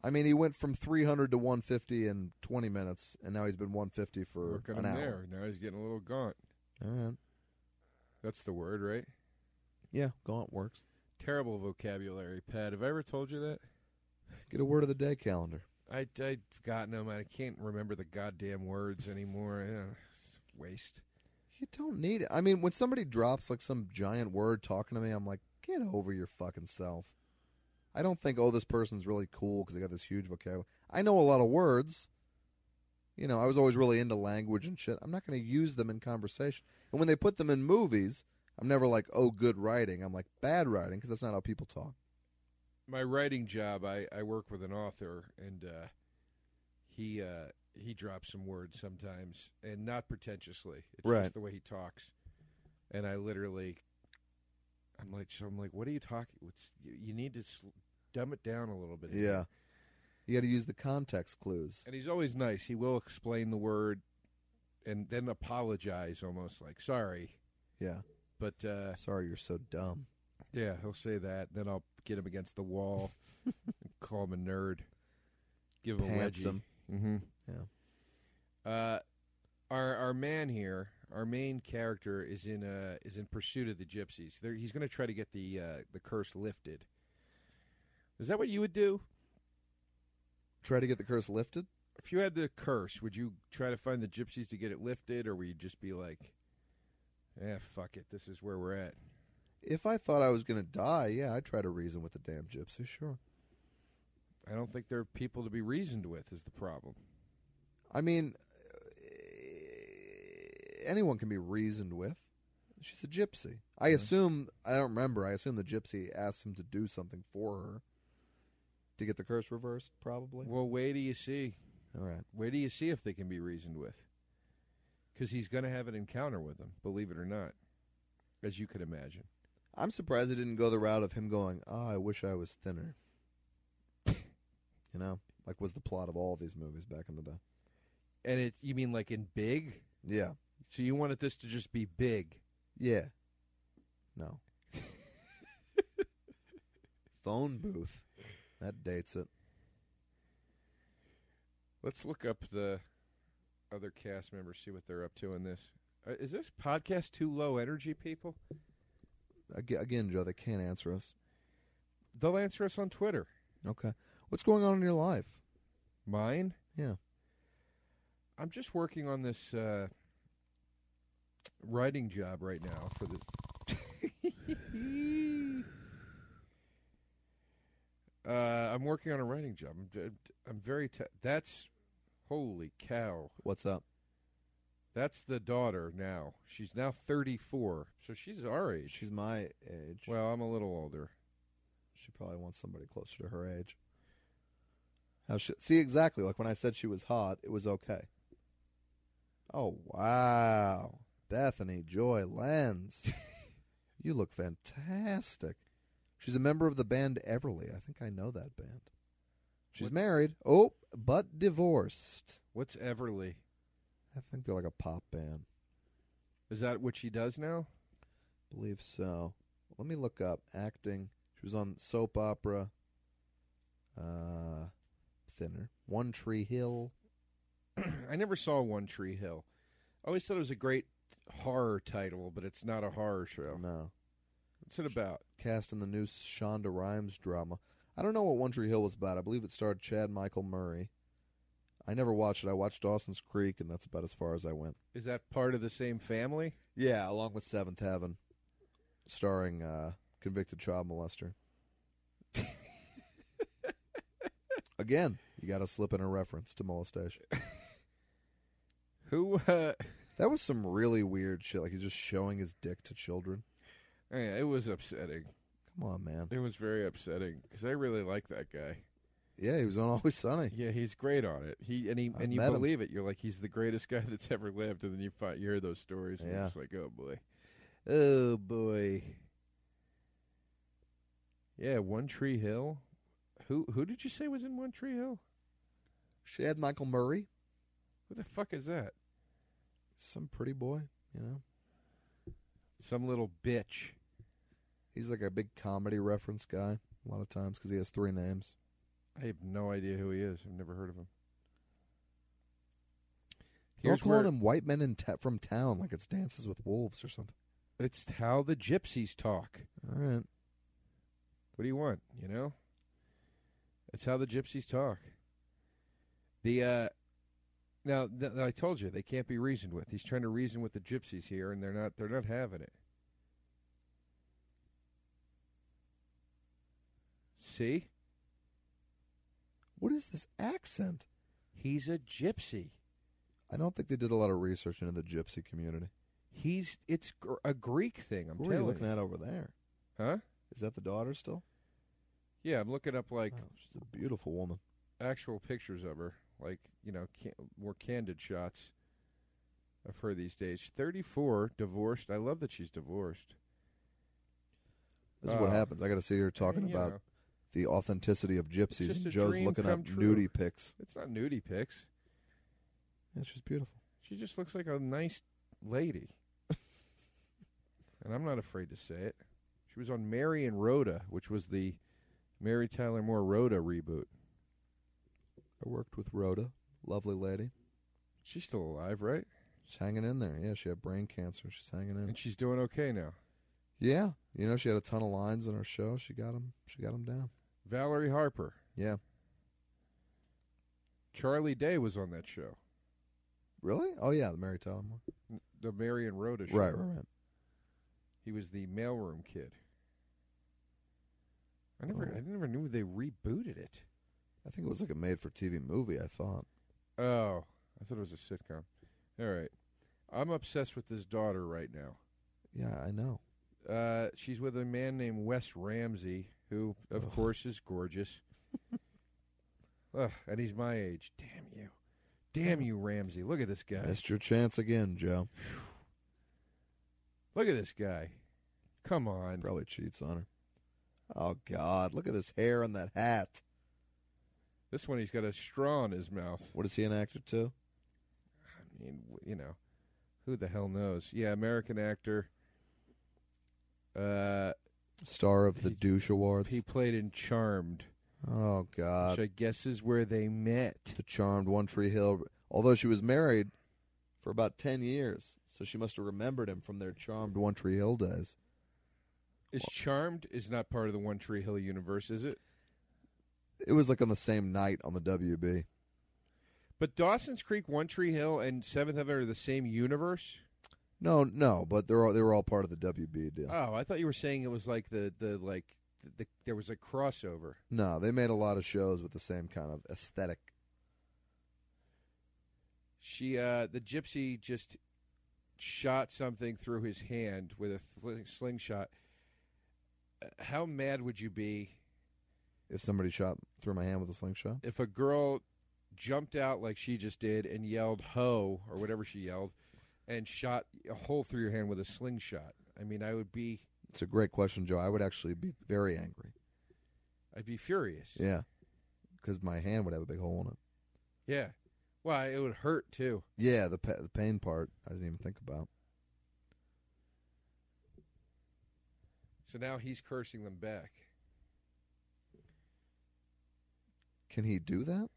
I mean, he went from 300 to 150 in 20 minutes, and now he's been 150 for
Working
an
him
hour.
there. Now he's getting a little gaunt.
All right.
That's the word, right?
Yeah, gaunt works.
Terrible vocabulary, Pat. Have I ever told you that?
Get a word of the day calendar.
I, I've forgotten them. I can't remember the goddamn words anymore. Yeah, it's a waste.
You don't need it. I mean, when somebody drops like some giant word talking to me, I'm like, get over your fucking self. I don't think, oh, this person's really cool because they got this huge vocabulary. I know a lot of words, You know, I was always really into language and shit. I'm not going to use them in conversation. And when they put them in movies, I'm never like, oh, good writing. I'm like, bad writing, because that's not how people talk.
my writing job, I, I work with an author, and uh, he uh, he drops some words sometimes, and not pretentiously. It's
Right.
just the way he talks, and I literally, I'm like, so I'm like, what are you talking? What's you, you need to sl- dumb it down a little bit. here."
Yeah. You got to use the context clues.
and he's always nice. He will explain the word, and then apologize almost like sorry,
Yeah.
but uh,
Sorry, you're so dumb.
yeah, he'll say that. Then I'll get him against the
[LAUGHS]
wall, and call him a nerd, give him
Pants
a wedgie.
him.
Mm-hmm.
Yeah.
Uh, our our man here, our main character, is in uh is in pursuit of the gypsies. There, he's going to try to get the uh, the curse lifted. Is that what you would do
Try to get the curse lifted.
if you had the curse? Would you try to find the gypsies to get it lifted, or would you just be like, "Yeah, fuck it, this is where we're at."
If I thought I was going to die, yeah, I'd try to reason with the damn gypsy, sure.
I don't think there are people to be reasoned with. Is the problem?
I mean, eh, anyone can be reasoned with. She's a gypsy. I
Mhm.
assume, I don't remember, I assume the gypsy asked him to do something for her to get the curse reversed, probably.
Well, wait till you see.
All right.
Wait till you see if they can be reasoned with. Because he's going to have an encounter with them, believe it or not, as you could imagine.
I'm surprised they didn't go the route of him going, oh, I wish I was thinner. [LAUGHS] you know? Like, was the plot of all these movies back in the day.
And it, you mean like in big?
Yeah.
So you wanted this to just be big.
Yeah. No. [LAUGHS] Phone booth. That dates it.
Let's look up the other cast members, see what they're up to in this. Uh, is this podcast too low energy, people?
Aga- Again, Joe, they can't answer us.
They'll answer us on Twitter.
Okay. What's going on in your life?
Mine?
Yeah.
I'm just working on this uh, writing job right now for the. [LAUGHS] uh, I'm working on a writing job. I'm, d- I'm very. T- that's holy cow.
What's up?
That's the daughter now. She's now 34, so she's our age.
She's my age.
Well, I'm a little older.
she probably wants somebody closer to her age. How she, see exactly like when I said she was hot, it was okay. Oh wow, Bethany Joy Lenz, you look fantastic. She's a member of the band Everly. I think I know that band. She's
What-
married. Oh, but divorced.
What's Everly?
I think they're like a pop band.
Is that what she does now?
Believe so. Let me look up acting. She was on soap opera. Uh, thinner. One Tree Hill.
[CLEARS THROAT] I never saw One Tree Hill. I always thought it was a great horror title, but it's not a horror show.
No.
What's it about?
Cast in the new Shonda Rhimes drama. I don't know what One Tree Hill was about. I believe it starred Chad Michael Murray. I never watched it. I watched Dawson's Creek, and that's about as far as I went.
Is that part of the same family?
Yeah, along with Seventh Heaven, starring uh, convicted child molester. Again, you got to slip in a reference to molestation.
Who? Uh, [LAUGHS]
That was some really weird shit. Like he's just showing his dick to children.
yeah, it was upsetting.
Come on, man.
It was very upsetting because I really like that
[LAUGHS]
guy.
Yeah, he was on [LAUGHS] Always Sunny.
Yeah, he's great on it. He and he
I've
and you
met him.
believe it. You're like he's the greatest [LAUGHS] guy that's ever lived, and then you find you hear those stories. And
Yeah.
You're just like oh boy, oh boy. Yeah, One Tree Hill. Who who did you say was in One Tree Hill?
Shad Michael Murray,
Who the fuck is that?
some pretty boy. You know,
Some little bitch.
he's like a big comedy reference guy a lot of times because he has three names.
I have no idea who he is. I've never heard of him.
They're
Here's
calling
where
him white men in ta- from town, like it's Dances with Wolves or something.
it's how the gypsies talk.
All right.
What do you want? You know, it's how the gypsies talk. The uh, now th- I told you they can't be reasoned with. He's trying to reason with the gypsies here, and they're not they're not having it. See,
What is this accent?
he's a gypsy.
I don't think they did a lot of research into the gypsy community.
He's it's gr- a Greek thing. I'm
Who are
telling
you looking at over there?
Huh?
Is that the daughter still?
Yeah, I'm looking up like
Oh, she's a beautiful woman.
actual pictures of her, like you know, can- more candid shots of her these days. She's 34, divorced. I love that she's divorced.
This is what
Oh.
happens. I got to see her talking
You
about
know,
the authenticity of gypsies.
just
and
a
Joe's
dream
looking
come
up
true.
nudie pics.
it's not nudie pics.
Yeah, she's beautiful. [LAUGHS]
She just looks like a nice lady, and I'm not afraid to say it. She was on Mary and Rhoda, which was the Mary Tyler Moore Rhoda reboot.
I worked with Rhoda, lovely lady.
She's still alive, right?
She's hanging in there. Yeah, she had brain cancer. She's hanging in.
And she's doing okay now.
Yeah, you know she had a ton of lines in her show. She got them. She got them down.
Valerie Harper.
Yeah.
Charlie Day was on that show,
Really? Oh yeah, the Mary Tyler Moore.
the Mary and Rhoda show.
Right, right, right.
He was the mailroom kid. I never,
Oh.
I never knew they rebooted it.
I think it was like a made-for-TV movie. I thought.
Oh, I thought it was a sitcom. All right, I'm obsessed with this daughter right now.
Yeah, I know.
Uh, she's with a man named Wes Ramsey, who, of
Ugh.
course, is
[LAUGHS]
gorgeous. Ugh, and he's my age. Damn you. Damn you, Ramsey. Look at this guy.
Missed your chance again, Joe.
Look at this guy. Come on.
Probably cheats on her. Oh God! Look at this hair on that hat.
This one, he's got a straw in his mouth.
What is he an actor to?
I mean, w- you know, who the hell knows? Yeah, American actor. Uh,
Star of the
He-
Douche Awards.
he played in Charmed,
oh God!
which I guess is where they met.
The Charmed, One Tree Hill. Although she was married for about ten years, so she must have remembered him from their Charmed, One Tree Hill days.
Is Charmed is not part of the One Tree Hill universe, is it?
It was like on the same night on the WB.
But Dawson's Creek, One Tree Hill, and Seventh Heaven are the same universe.
No, no, but they're all, they were all part of the WB deal.
Oh, I thought you were saying it was like the the like the, the, there was a crossover.
no, they made a lot of shows with the same kind of aesthetic.
She, uh, the gypsy, just shot something through his hand with a fl- slingshot. Uh, How mad would you be
If somebody shot through my hand with a slingshot,
if a girl jumped out like she just did and yelled "ho" or whatever she yelled, and shot a hole through your hand with a slingshot? I mean, I would be,
it's a great question, Joe. I would actually be very angry.
I'd be furious.
Yeah, because my hand would have a big hole in it.
yeah. Well, it would hurt too.
Yeah, the pa- the pain part I didn't even think about.
So now he's cursing them back.
Can he do that?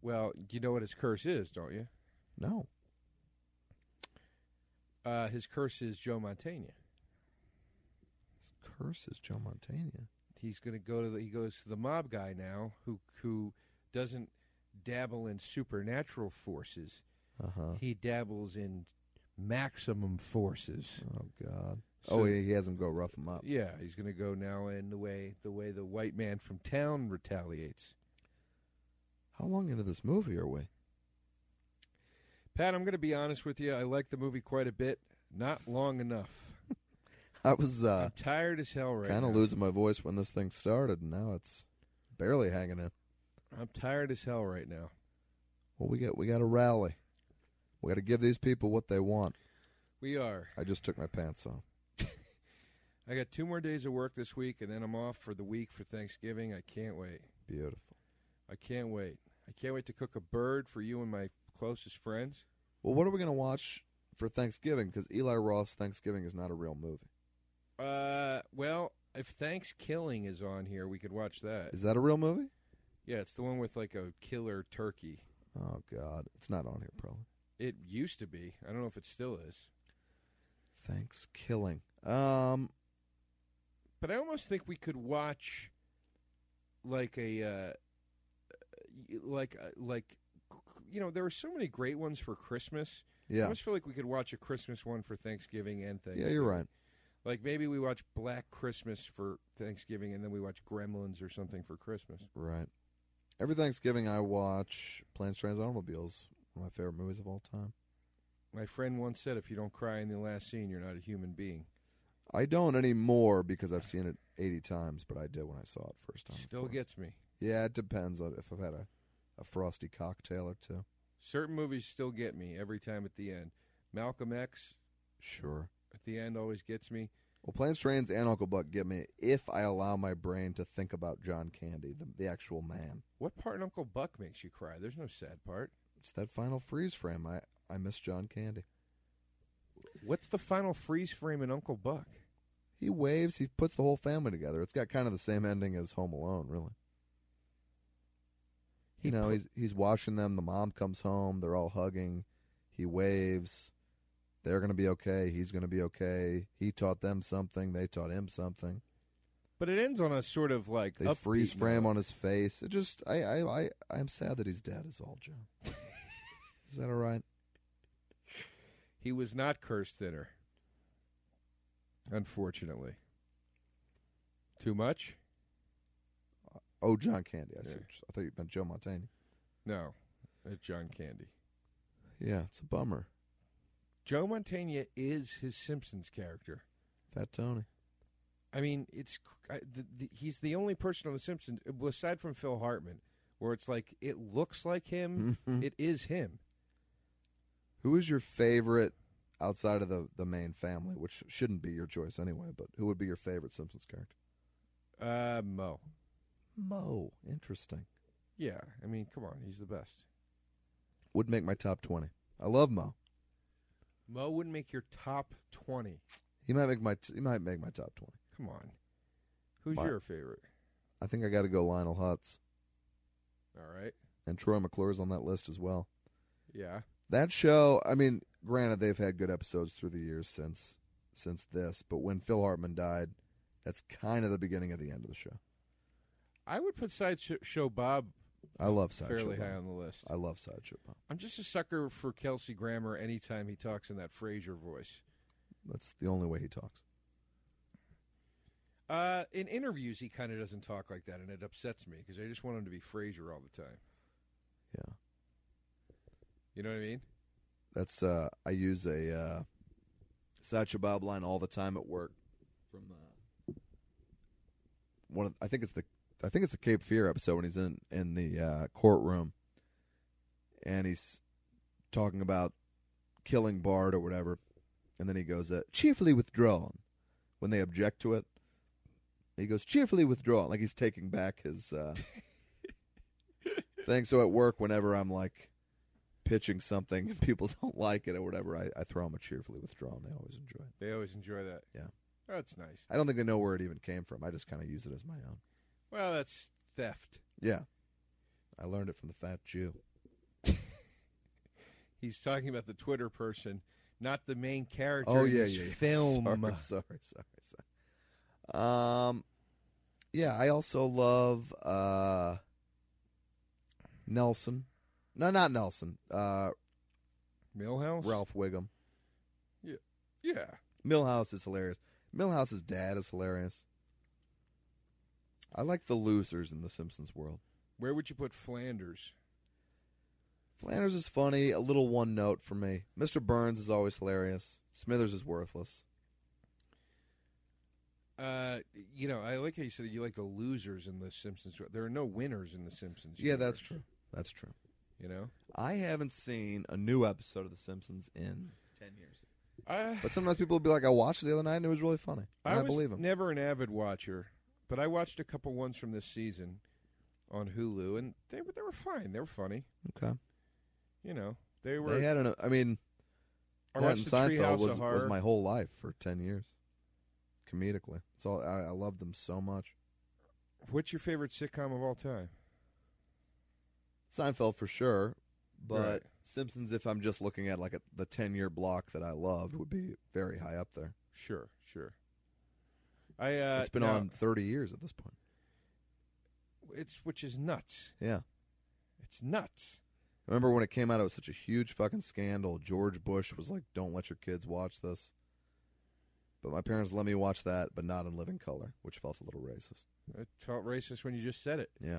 Well, you know what his curse is, don't you?
No.
Uh, his curse is Joe Montana.
Curses Joe Montana.
He's going to go to the, he goes to the mob guy now, who who doesn't dabble in supernatural forces.
Uh huh.
He dabbles in maximum forces.
Oh God.
So-
oh, he, he has him go rough him up.
Yeah, he's going to go now in the way the way the white man from town retaliates.
How long into this movie are we?
Pat, I'm going to be honest with you. I like the movie quite a bit. Not long enough.
I was uh,
I'm tired as hell right
kind of
now.
losing my voice when this thing started, and now it's barely hanging in.
I'm tired as hell right now.
Well, we got we got to rally. We got to give these people what they want.
We are.
I just took my pants off.
I got two more days of work this week, and then I'm off for the week for Thanksgiving. I can't wait.
Beautiful.
I can't wait. I can't wait to cook a bird for you and my closest friends.
Well, what are we gonna watch for Thanksgiving? Because Eli Ross Thanksgiving is not a real movie.
Uh, well, if Thanksgiving is on here, we could watch that.
Is that a real movie?
Yeah, it's the one with like a killer turkey.
Oh God, it's not on here probably.
It used to be. I don't know if it still is.
Thanks killing. Um,
But I almost think we could watch like a uh, like a, like you know there are so many great ones for Christmas. I
yeah,
almost feel like we could watch a Christmas one for Thanksgiving and Thanksgiving.
yeah, you're right.
Like maybe we watch Black Christmas for Thanksgiving and then we watch Gremlins or something for Christmas.
Right. Every Thanksgiving, I watch Planes, Trains, and Automobiles, one of my favorite movies of all time.
My friend once said, "If you don't cry in the last scene, you're not a human being."
I don't anymore because I've seen it 80 times, but I did when I saw it first time. Oh, of
Still
course.
gets me.
Yeah, it depends on if I've had a, a frosty cocktail or two.
Certain movies still get me every time at the end. Malcolm X
Sure.
at the end always gets me.
Well, Planes, Trains, and Uncle Buck get me if I allow my brain to think about John Candy, the, the actual man.
What part in Uncle Buck makes you cry? There's no sad part.
It's that final freeze frame. I, I miss John Candy.
What's the final freeze frame in Uncle Buck?
He waves, he puts the whole family together. It's got kind of the same ending as Home Alone, really.
He
You know,
pu-
he's he's washing them. The mom comes home. They're all hugging. He waves. They're gonna be okay. He's gonna be okay. He taught them something. They taught him something.
but it ends on a sort of like
They
upbeat
freeze frame
note.
on his face. It just, I, I, I, I'm sad that he's dead. Is all, [LAUGHS] Joe. is that all right?
He was not cursed thinner. Unfortunately. Too much?
Oh, John Candy. I see.
Yeah.
what you- I thought you meant Joe Montaigne.
No. It's John Candy.
Yeah, it's a bummer.
Joe Montaigne is his Simpsons character.
Fat Tony.
I mean, it's cr- I, the, the, he's the only person on the Simpsons well, aside from Phil Hartman where it's like it looks like him,
Mhm.
it is him.
[LAUGHS] Who is your favorite outside of the the main family, which shouldn't be your choice anyway? But who would be your favorite Simpsons character?
Uh Mo.
Mo. Interesting.
Yeah, I mean, come on, he's the best.
Would make my top twenty. I love Mo.
Mo wouldn't make your top 20.
He might make my t- he might make my top twenty.
Come on. Who's
My-
your favorite?
I think I got to go Lionel Hutz
All right.
and Troy McClure's on that list as well.
Yeah.
That show, I mean, granted they've had good episodes through the years since since this, but when Phil Hartman died, that's kind of the beginning of the end of the show.
I would put Sideshow Bob
I love
fairly
Sideshow. Bob. Uh,
high on the list.
I love Sideshow. Bob.
I'm just a sucker for Kelsey Grammer anytime he talks in that Frasier voice.
That's the only way he talks.
Uh, in interviews, he kind of doesn't talk like that, and it upsets me because I just want him to be Frasier all the time.
Yeah.
You know what I mean?
That's uh I use a uh Sideshow Bob line all the time at work from uh one of I think it's the I think it's the Cape Fear episode when he's in in the uh courtroom and he's talking about killing Bard or whatever and then he goes uh, cheerfully withdrawn when they object to it. He goes cheerfully withdrawn like he's taking back his uh thing so at work whenever I'm like pitching something and people [LAUGHS] don't like it or whatever, I, I throw them a cheerfully withdrawn. They always enjoy it.
They always enjoy that.
Yeah.
Oh, that's nice.
I don't think they know where it even came from. I just kind of use it as my own.
Well, that's theft.
Yeah. I learned it from the fat Jew.
He's talking about the Twitter person, not the main character.
Oh,
in
yeah,
this
yeah, [LAUGHS] yeah.
Film.
Sorry, sorry, sorry, sorry. Um, yeah, I also love uh, Nelson. No, not Nelson. Uh,
Millhouse.
Ralph Wiggum.
Yeah.
Millhouse is hilarious. Millhouse's dad is hilarious. I like the losers in the Simpsons world.
Where would you put Flanders?
Flanders is funny, a little one note for me. Mr. Burns is always hilarious. Smithers is worthless.
Uh, you know, I like how you said you like the losers in the Simpsons. There are no winners in the Simpsons.
Yeah,
universe,
that's true. That's true.
You know,
I haven't seen a new episode of The Simpsons in.
I,
But sometimes people will be like, I watched it the other night and it was really funny. And I,
was
believe them.
never an avid watcher, but I watched a couple ones from this season on Hulu, and they were they were fine. They were funny.
okay.
You know, they were.
They had an. I mean,
I
that and
watched the
Seinfeld
Treehouse
was,
of
was
Horror.
my whole life for 10 years. Comedically. It's all, I, I loved them so much.
What's your favorite sitcom of all time?
Seinfeld for sure. But
Right.
Simpsons, if I'm just looking at like a, the 10 year block that I loved, would be very high up there.
Sure, sure. I uh,
it's been
now-
on 30 years at this point.
It's which is nuts.
Yeah.
It's nuts.
Remember when it came out, it was such a huge fucking scandal. George Bush was like, don't let your kids watch this. But my parents let me watch that, but not in living color, which felt a little racist.
It felt racist when you just said it.
Yeah.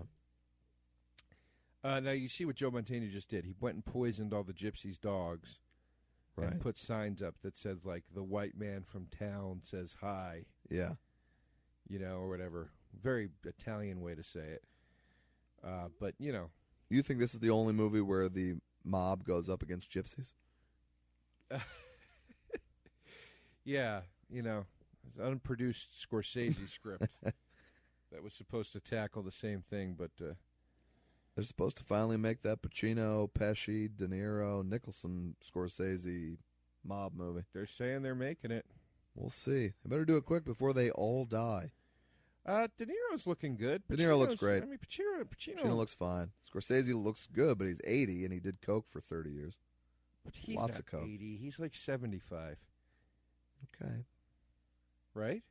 Uh, now you see what Joe Montana just did. He went and poisoned all the gypsies' dogs
Right.
and put signs up that says like the white man from town says hi,
yeah.
you know, or whatever. Very Italian way to say it. Uh, but you know,
You think this is the only movie where the mob goes up against gypsies?
yeah, you know, it's an unproduced
[LAUGHS]
Scorsese script that was supposed to tackle the same thing, but uh,
They're supposed to finally make that Pacino, Pesci, De Niro, Nicholson, Scorsese mob movie.
they're saying they're making it.
We'll see. They better do it quick before they all die.
Uh, De Niro's looking good.
De Niro looks
Pacino's-
great.
I mean, Pacino, Pacino,
Pacino looks fine. Scorsese looks good, but he's 80 and he did coke for 30 years.
he's
lots
not
of coke.
80. He's like 75,
Okay. I
right?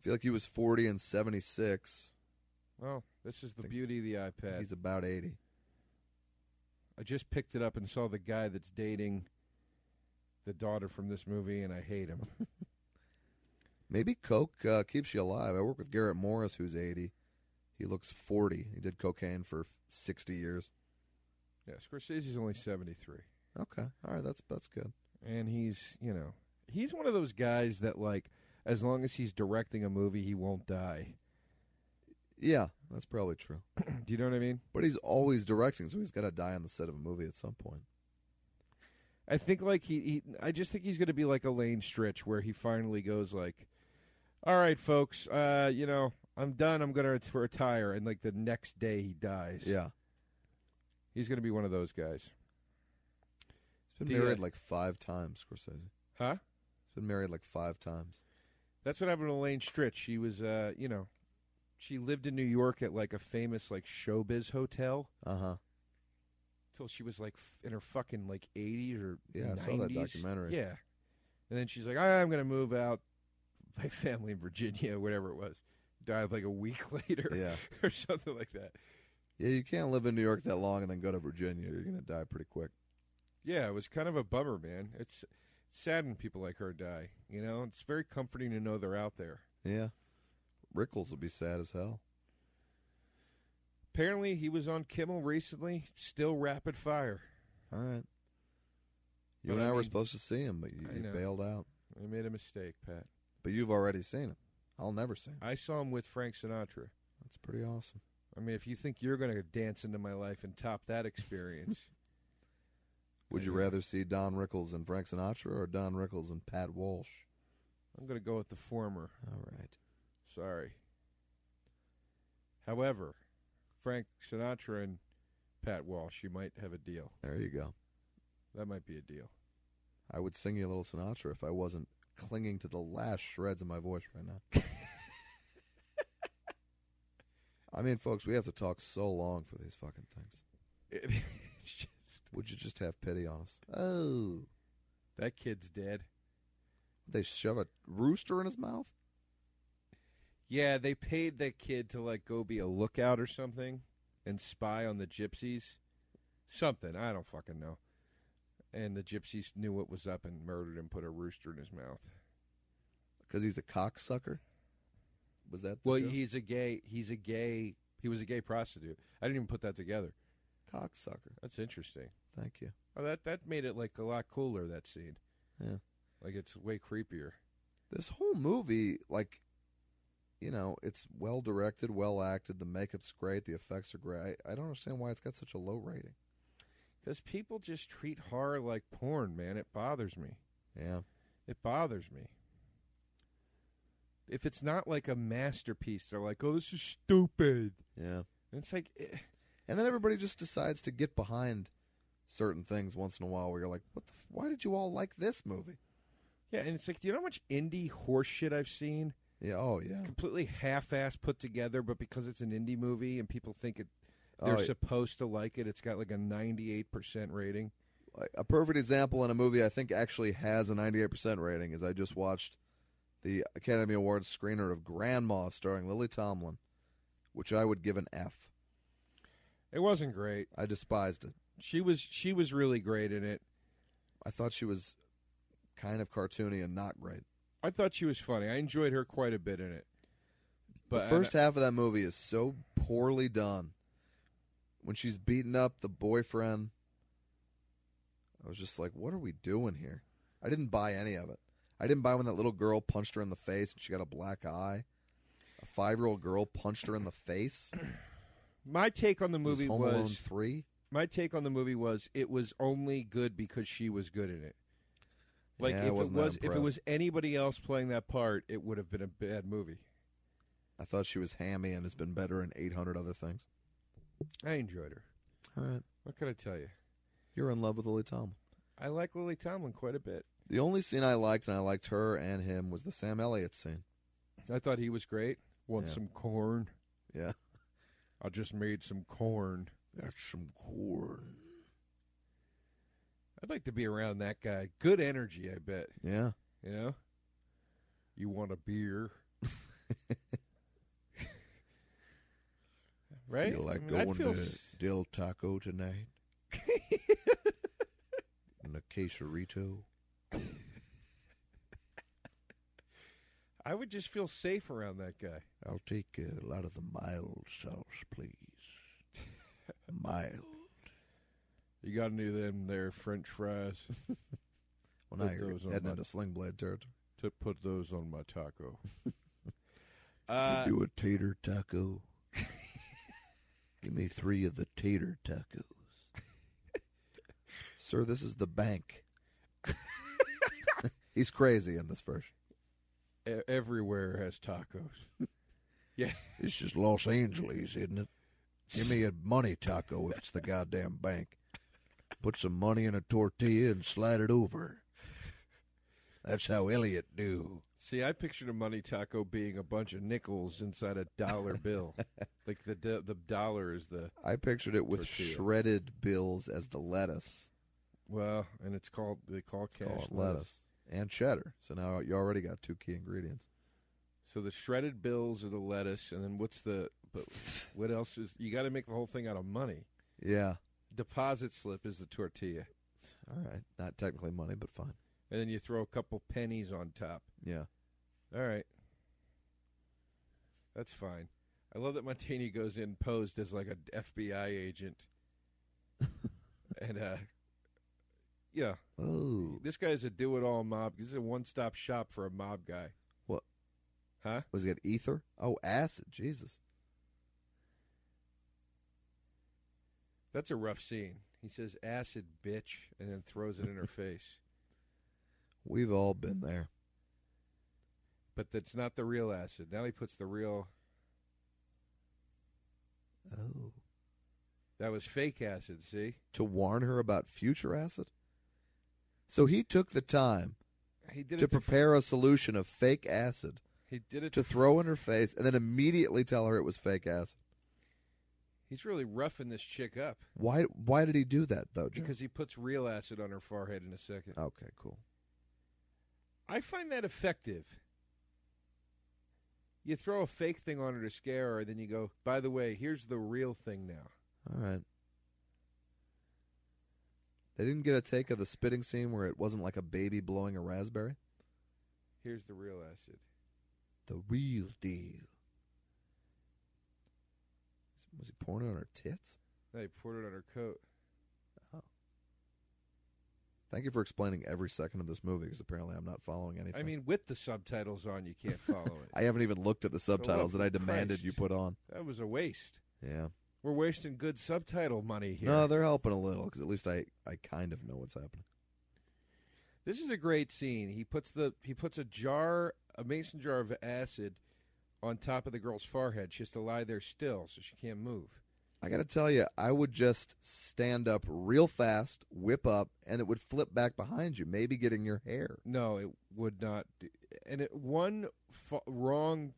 feel like he was 40 and 76.
Well, this is the
Think-
beauty of the iPad.
He's about 80.
I just picked it up and saw the guy that's dating the daughter from this movie, and I hate him.
Maybe coke uh, keeps you alive. I work with Garrett Morris, who's 80. He looks 40. He did cocaine for 60 years.
yeah, Scorsese's only 73.
Okay. All right. That's that's good.
And he's, you know, he's one of those guys that, like, as long as he's directing a movie, he won't die. [CLEARS THROAT]
Yeah, that's probably true.
Do you know what I mean?
But he's always directing, so he's got to die on the set of a movie at some point.
I think, like, he, he I just think he's going to be like a Lane Stritch where he finally goes, like, all right, folks, uh, you know, I'm done. I'm going to retire. And, like, the next day he dies.
Yeah.
He's going to be one of those guys.
He's
The,
been married
uh,
like five times, Scorsese. He's
Huh?
been married like five times.
That's what happened to Elaine Stritch. She was, uh, you know, she lived in New York at like a famous like showbiz hotel
Uh huh.
till she was like f- in her fucking like eighties or
Yeah, I
90s.
saw that documentary.
Yeah, and then she's like, I'm gonna move out. My family in Virginia, [LAUGHS] whatever it was, died like a week [LAUGHS] later
Yeah.
or something like that.
Yeah, you can't live in New York that long and then go to Virginia. You're going to die pretty quick.
Yeah, it was kind of a bummer, man. It's it's sad when people like her die. You know, it's very comforting to know they're out there.
Yeah. Rickles would be sad as hell.
Apparently, he was on Kimmel recently, still rapid fire.
All right. You
But
and
I
I, were
mean-
supposed to see him, but you,
I
you
know.
bailed out.
I made a mistake, Pat.
But you've already seen him. I'll never see him.
I saw him with Frank Sinatra.
That's pretty awesome.
I mean, if you think you're going to dance into my life and top that
[LAUGHS]
experience,
Would you
Yeah.
rather see Don Rickles and Frank Sinatra or Don Rickles and Pat Walsh?
I'm going to go with the former.
All right.
Sorry. However, Frank Sinatra and Pat Walsh, you might have a deal.
There you go.
That might be a deal.
I would sing you a little Sinatra if I wasn't clinging to the last shreds of my voice right now. [LAUGHS] I mean, folks, we have to talk so long for these fucking things.
[LAUGHS] It's just-
Would you just have pity on us? Oh.
that kid's dead.
They shove a rooster in his mouth?
Yeah, they paid that kid to like go be a lookout or something and spy on the gypsies. Something, I don't fucking know. And the gypsies knew what was up and murdered and put a rooster in his mouth.
Because he's a cocksucker? Was that the
Well,
joke?
he's a gay he's a gay he was a gay prostitute. I didn't even put that together.
cocksucker?
That's interesting.
Thank you.
Oh, that that made it like a lot cooler that scene.
Yeah.
Like it's way creepier.
This whole movie, like, you know, it's well directed, well acted. The makeup's great. The effects are great. I, I don't understand why it's got such a low rating.
Cuz people just treat horror like porn, man. It bothers me.
Yeah.
It bothers me. If it's not like a masterpiece, they're like, "Oh, this is stupid."
Yeah.
And it's like, eh,
And then everybody just decides to get behind certain things once in a while where you're like, what the, f- why did you all like this movie?
yeah, and it's like, do you know how much indie horse shit I've seen?
Yeah. Oh, yeah.
Completely half-ass put together, but because it's an indie movie and people think it,
Oh,
they're supposed to like it, it's got like a ninety-eight percent rating.
a- a perfect example in a movie I think actually has a 98% rating is I just watched the Academy Awards screener of Grandma starring Lily Tomlin, which I would give an F.
It wasn't great.
I despised it.
She was she was really great in it.
I thought she was kind of cartoony and not great.
I thought she was funny. I enjoyed her quite a bit in it. But uh,
the first half of that movie is so poorly done. when she's beating up the boyfriend. I was just like, what are we doing here? I didn't buy any of it. I didn't buy when that little girl punched her in the face and she got a black eye. A five year old girl punched her in the
[CLEARS THROAT]
face.
My take on the
Was
movie
Home Alone
was
three.
my take on the movie was it was only good because she was good in it. Like
Yeah, I
if it
wasn't that
was if it
impressed.
was anybody else playing that part, it would have been a bad movie.
I thought she was hammy and has been better in eight hundred other things.
I enjoyed her.
All right,
What can I tell you?
you're in love with Lily Tomlin.
I like Lily Tomlin quite a bit.
The only scene I liked, and I liked her and him, was the Sam Elliott scene.
I thought he was great. Want
Yeah.
some corn?
Yeah,
[LAUGHS] I just made some corn.
that's some corn.
I'd like to be around that guy. Good energy, I bet.
Yeah,
You know? You want a
[LAUGHS]
beer? [LAUGHS] right?
Feel like
I mean, I'd
going
feel
to
s-
Del Taco
[LAUGHS]
tonight. and a quesarito.
I would just feel safe around that guy.
I'll take a lot of the mild sauce,
[LAUGHS]
please. Mild.
You got any of them there French [LAUGHS] fries?
Well, now
Put
you're
those on
heading
my-
into sling blade territory.
to put those on my taco. [LAUGHS] uh,
do a tater
[LAUGHS]
taco. Give me three of the tater
[LAUGHS]
tacos. Sir, this is the bank. [LAUGHS] He's crazy in this version.
e- everywhere has tacos.
This is Los Angeles, isn't it? Give me a money taco if it's the goddamn bank. Put some money in a tortilla and slide it over. That's how Elliot do.
See, I pictured a money taco being a bunch of nickels inside a [LAUGHS] dollar bill. like the do- the dollar is the
I pictured it with
Tortilla.
shredded bills as the lettuce.
well, and it's called they call
It's
cash
called
lettuce.
lettuce and cheddar. So now you already got two key ingredients.
So the shredded bills are the lettuce, and then what's the [LAUGHS] but what else is you got to make the whole thing out of money.
Yeah.
Deposit slip is the tortilla,
All right. Not technically money, but fine.
and then you throw a couple pennies on top.
Yeah.
All right. That's fine. I love that Montini goes in posed as like an FBI
[LAUGHS]
agent. and uh yeah,
Oh.
this guy's a do-it-all mob. This is a one-stop shop for a mob guy.
What?
Huh?
Was it ether? Oh, acid. Jesus.
That's a rough scene. He says acid bitch and then throws it in
[LAUGHS]
her face.
We've all been there.
But that's not the real acid. Now he puts the real
Oh.
that was fake acid, see?
To warn her about future acid? So he took the time
He did
to
it to,
prepare a solution of fake acid
he did it
to throw in her face and then immediately tell her it was fake acid.
He's really roughing this chick up
Why why did he do that though, Jim?
because he puts real acid on her forehead in a second.
Okay, cool.
I find that effective. You throw a fake thing on her to scare her, then you go, by the way, here's the real thing now.
All right. They didn't get a take of the spitting scene where it wasn't like a baby blowing a raspberry.
Here's the real acid.
The real deal. Was he pouring it on her tits?
Now he poured it on her coat.
Thank you for explaining every second of this movie because apparently I'm not following anything.
I mean, with the subtitles on, you can't follow it.
[LAUGHS]
Oh,
I haven't even looked at the subtitles that I demanded
Christ.
you put on.
that was a waste.
Yeah.
We're wasting good subtitle money here.
No, they're helping a little because at least I, I kind of know what's happening.
this is a great scene. He puts the he puts a jar, a mason jar of acid, on top of the girl's forehead. She has to lie there still, so she can't move.
I got to tell you, I would just stand up real fast, whip up, and it would flip back behind you, maybe getting your hair.
No, it would not. Do, and it one fa- wrong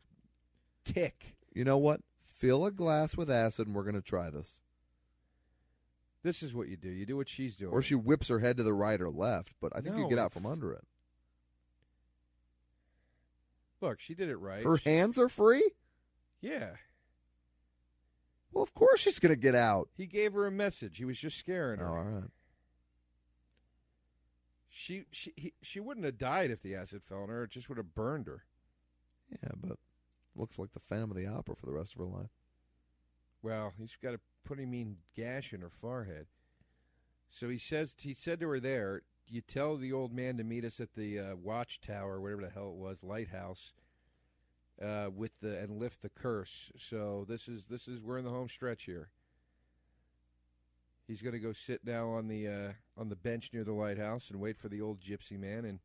tick.
You know what? Fill a glass with acid and we're going to try this.
This is what you do. You do what she's doing.
Or she whips her head to the right or left, but I think
No,
you get
it-
out from under it.
look. She did it right.
Her hands are free?
yeah.
Well, of course she's going to get out.
He gave her a message. He was just
Oh,
scaring her.
all right.
She she he, she wouldn't have died if the acid fell on her. It just would have burned her.
Yeah, but looks like the Phantom of the Opera for the rest of her life.
Well, he's got a pretty mean gash in her forehead. So he says he said to her there, "You tell the old man to meet us at the uh, watchtower, whatever the hell it was, lighthouse, uh, with the and lift the curse." So this is this is we're in the home stretch here. He's going to go sit now on the uh, on the bench near the lighthouse and wait for the old gypsy man, and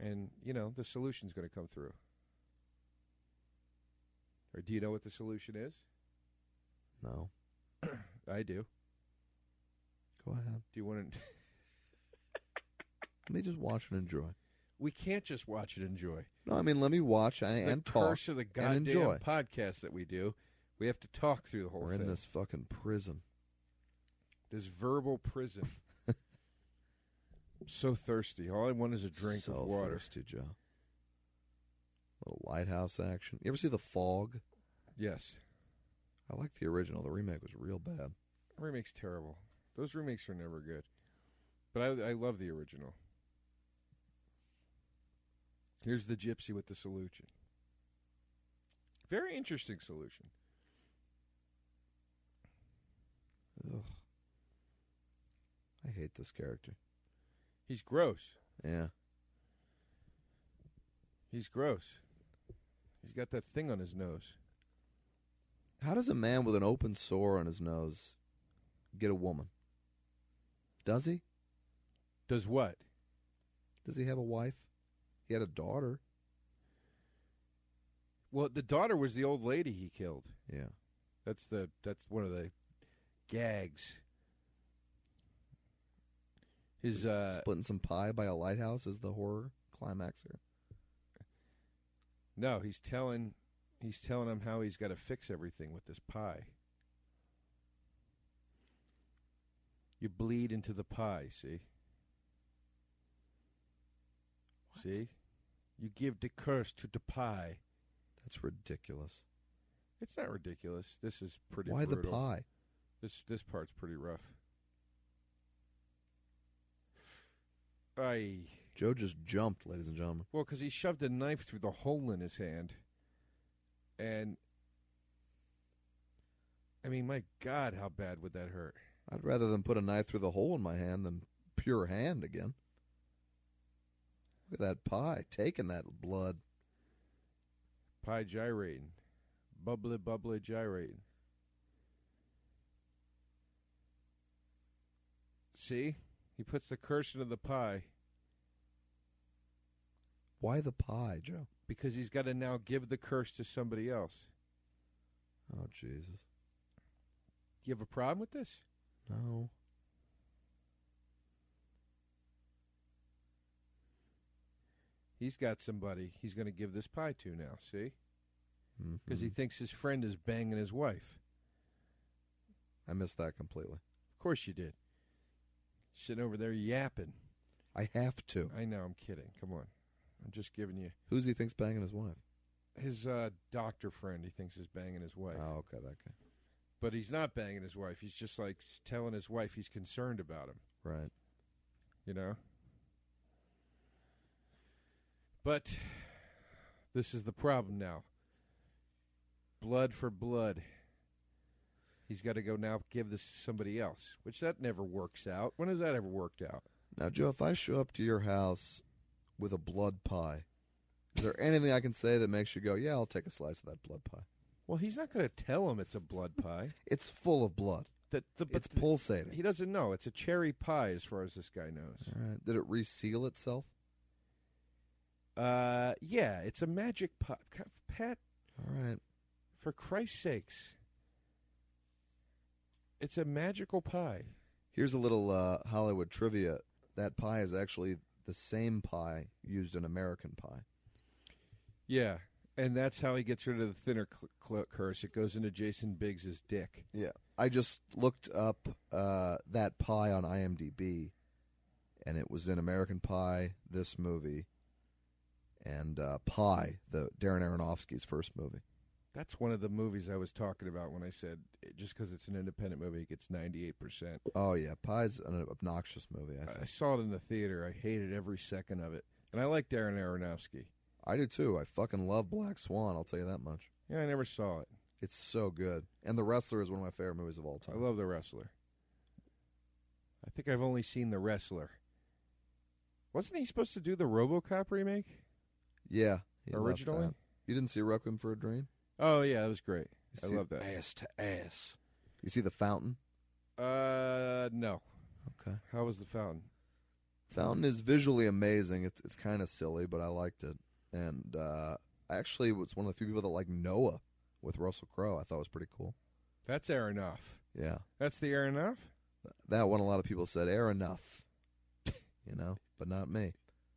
and you know the solution's going to come through. Or do you know what the solution is?
No.
I do.
Go ahead.
Do you want to?
Let me just watch and enjoy.
[LAUGHS] We can't just watch it enjoy.
No, I mean let me watch and,
the
and talk.
curse of the goddamn
enjoy.
podcast that we do. We have to talk through the whole
We're
thing.
in this fucking prison.
This verbal
[LAUGHS]
prison. so thirsty. All I want is a drink
so
of water.
thirsty, Joe. Little lighthouse action. You ever see the fog?
Yes.
I like the original. The remake was real bad.
Remake's terrible. Those remakes are never good. But I, I love the original. Here's the gypsy with the solution. Very interesting solution.
Ugh. I hate this character.
He's gross.
Yeah.
He's gross. He's got that thing on his nose.
How does a man with an open sore on his nose get a woman? Does he?
Does what?
Does he have a wife? He had a daughter.
Well, the daughter was the old lady he killed.
Yeah.
That's the that's one of the gags. His uh
Splitting some pie by a lighthouse is the horror climax here.
no, he's telling he's telling him how he's got to fix everything with this pie. You bleed into the pie, see? See? You give the curse to the pie.
That's ridiculous.
It's not ridiculous. This is pretty
Why the
brutal.
pie?
This this part's pretty rough. I
Joe just jumped, ladies and gentlemen.
well, because he shoved a knife through the hole in his hand, and I mean, my God, how bad would that hurt?
I'd rather them put a knife through the hole in my hand than pure hand again. Look at that pie taking that blood.
Pie gyrating, bubbly bubbly gyrating. See, he puts the curse into the pie
Why the pie, Joe?
because he's got to now give the curse to somebody else.
Oh Jesus.
You have a problem with this?
No.
He's got somebody he's going to give this pie to now, see? Because he
Mhm.
thinks his friend is banging his wife.
I missed that completely.
Of course you did. Sitting over there yapping.
I have to.
I know, I'm kidding. Come on. I'm just giving you.
Who's he thinks banging his wife?
His uh, doctor friend, he thinks, is banging his wife.
Oh, okay, that guy.
But he's not banging his wife. He's just like telling his wife he's concerned about him,
Right.
you know? But this is the problem now blood for blood. He's got to go now give this to somebody else, which that never works out. When has that ever worked out?
Now, Joe, if I show up to your house with a blood pie, is there anything I can say that makes you go, "Yeah, I'll take a slice of that blood pie"?
Well, he's not going to tell him it's a blood pie.
It's full of blood.
[LAUGHS] That the, but
It's pulsating.
he doesn't know. It's a cherry pie, as far as this guy knows.
All right. Did it reseal itself?
Uh, yeah, it's a magic pie. God, Pat,
All right.
for Christ's sakes, it's a magical pie.
Here's a little uh, Hollywood trivia. That pie is actually the same pie used in American Pie.
Yeah, and that's how he gets rid of the thinner cl- cl- curse. It goes into Jason Biggs's dick.
Yeah. I just looked up uh, that pie on IMDb, and it was in American Pie, this movie, and uh, Pie, the Darren Aronofsky's first movie.
That's one of the movies I was talking about when I said it, just because it's an independent movie, it gets ninety eight percent.
Oh yeah, Pie's an obnoxious movie. I think
I saw it in the theater. I hated every second of it, and I like Darren Aronofsky.
I do too. I fucking love Black Swan. I'll tell you that much.
Yeah, I never saw it.
It's so good. And The Wrestler is one of my favorite movies of all
I
time.
love The Wrestler. I think I've only seen The Wrestler. Wasn't he supposed to do the RoboCop remake
yeah. he left
originally?
that. You didn't see Requiem for a Dream?
Oh yeah, that was great. I
You see
love that.
Ass to ass. You see The Fountain?
Uh, no.
Okay.
How was the fountain?
Fountain is visually amazing. It's, it's kind of silly, but I liked it. And uh, I actually was one of the few people that liked Noah with Russell Crowe. I thought was pretty cool.
That's Aronoff.
Yeah.
That's the Aronoff.
That one a lot of people said air enough, [LAUGHS] you know, but not me.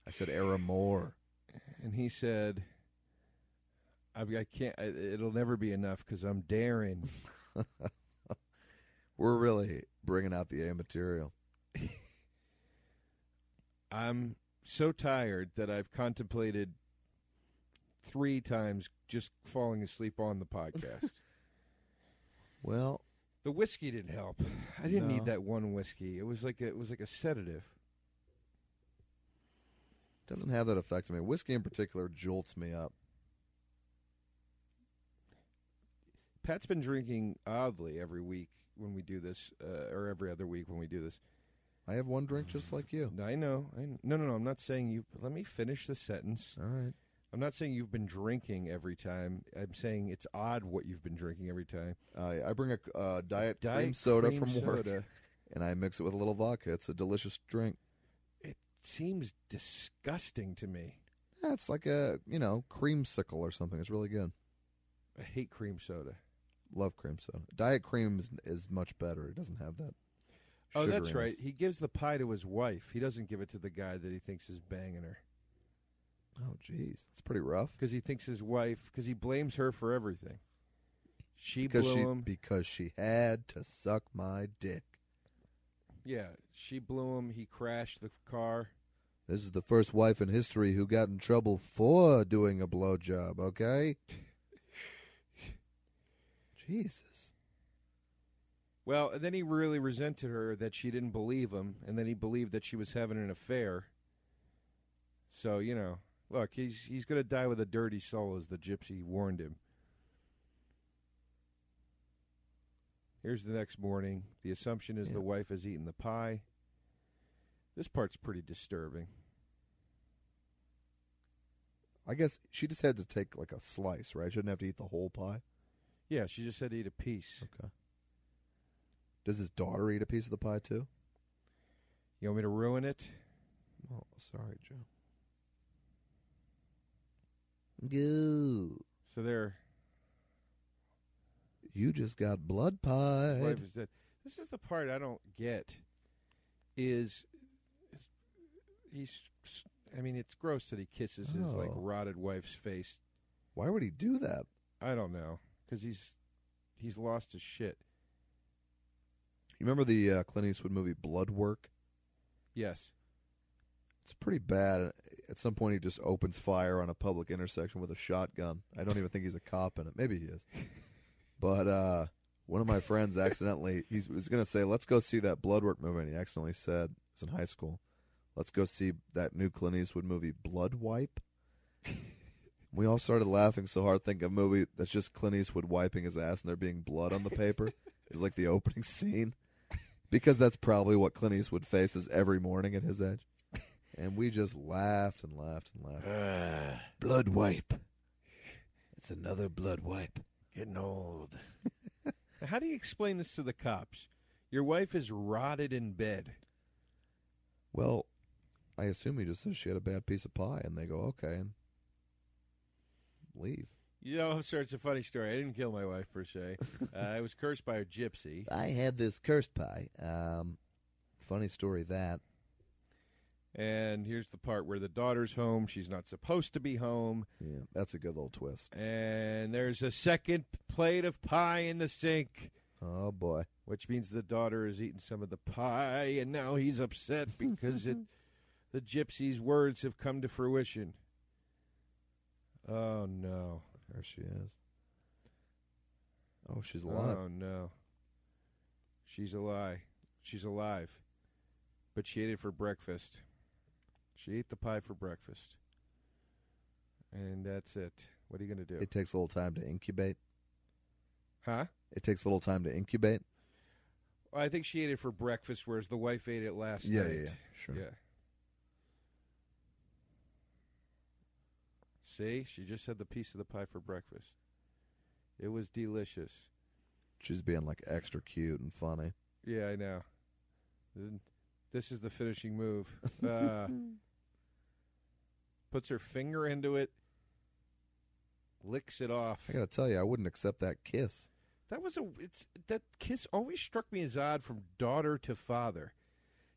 I said air more.
and he said, I've, "I can't. I, it'll never be enough because I'm daring."
We're really bringing out the A material.
I'm so tired that I've contemplated three times just falling asleep on the podcast.
Well,
the whiskey didn't help. I didn't
No.
need that one whiskey. It was like a, it was like a sedative.
doesn't have that effect on me. Whiskey in particular jolts me up.
Pat's been drinking oddly every week when we do this, uh, or every other week when we do this.
I have one drink just like you.
I know. I kn- no, no, no. I'm not saying you. Let me finish the sentence.
All right.
I'm not saying you've been drinking every time. I'm saying it's odd what you've been drinking every time.
I I bring a uh, diet,
Diet
cream soda
cream
from work,
soda.
and I mix it with a little vodka. It's a delicious drink.
It seems disgusting to me.
Yeah, it's like a you know creamsicle or something. It's really good.
I hate cream soda.
Love cream soda. Diet cream is, is much better. It doesn't have that.
Oh, that's
sugariness.
right. He gives the pie to his wife. He doesn't give it to the guy that he thinks is banging her
Oh, jeez, that's pretty rough.
because he thinks his wife because he blames her for everything. She
because
blew
she
him.
because she had to suck my dick.
yeah, she blew him. He crashed the car.
This is the first wife in history who got in trouble for doing a blowjob. Okay. Jesus.
Well, and then he really resented her that she didn't believe him, and then he believed that she was having an affair. So you know, look, he's he's gonna die with a dirty soul, as the gypsy warned him. Here's the next morning. The assumption is
Yeah.
the wife has eaten the pie. This part's pretty disturbing.
I guess she just had to take like a slice, right? She didn't have to eat the whole pie.
Yeah, she just had to eat a piece.
Okay. Does his daughter eat a piece of the pie too?
You want me to ruin it?
Oh, sorry, Joe. Goo.
So there,
You just got blood
His
pie.
wife is dead. This is the part I don't get. Is, is he's? I mean, it's gross that he kisses his like
Oh.
rotted wife's face.
Why would he do that?
I don't know because he's he's lost his shit.
You remember the uh, Clint Eastwood movie Blood Work?
Yes,
It's pretty bad. At some point, he just opens fire on a public intersection with a shotgun. I don't even think he's a cop in it. Maybe he is. But uh, one of my friends accidentally, he was going to say, let's go see that Bloodwork movie. And he accidentally said, it was in high school, let's go see that new Clint Eastwood movie, Blood Wipe. We all started laughing so hard, thinking of a movie that's just Clint Eastwood wiping his ass and there being blood on the paper. is like the opening scene. Because that's probably what Clint Eastwood faces every morning at his age. And we just laughed and laughed and laughed. Blood wipe. It's another blood wipe.
getting old. [LAUGHS] How do you explain this to the cops? Your wife is rotted in bed.
Well, I assume he just says she had a bad piece of pie, and they go, okay, and leave.
You know, so it's a funny story. I didn't kill my wife per se. uh, I was cursed by a gypsy.
I had this cursed pie. Um, funny story that.
And here's the part where the daughter's home. She's not supposed to be home.
Yeah, that's a good little twist.
And there's a second plate of pie in the sink,
Oh boy.
which means the daughter has eaten some of the pie, and now he's upset because it, the gypsy's words have come to fruition. Oh no!
There she is. Oh, she's alive.
Oh no! She's alive. She's alive, but she ate it for breakfast. She ate the pie for breakfast, and that's it. What are you gonna do?
It takes a little time to incubate.
Huh?
It takes a little time to incubate.
Well, I think she ate it for breakfast, whereas the wife ate it last
Yeah,
night.
yeah, yeah. Sure.
Yeah. See, she just had the piece of the pie for breakfast. It was delicious.
She's being like extra cute and funny.
Yeah, I know. Th- This is the finishing move.
[LAUGHS]
Uh, puts her finger into it, licks it off.
I gotta tell you, I wouldn't accept that kiss.
That was a it's that kiss always struck me as odd from daughter to father.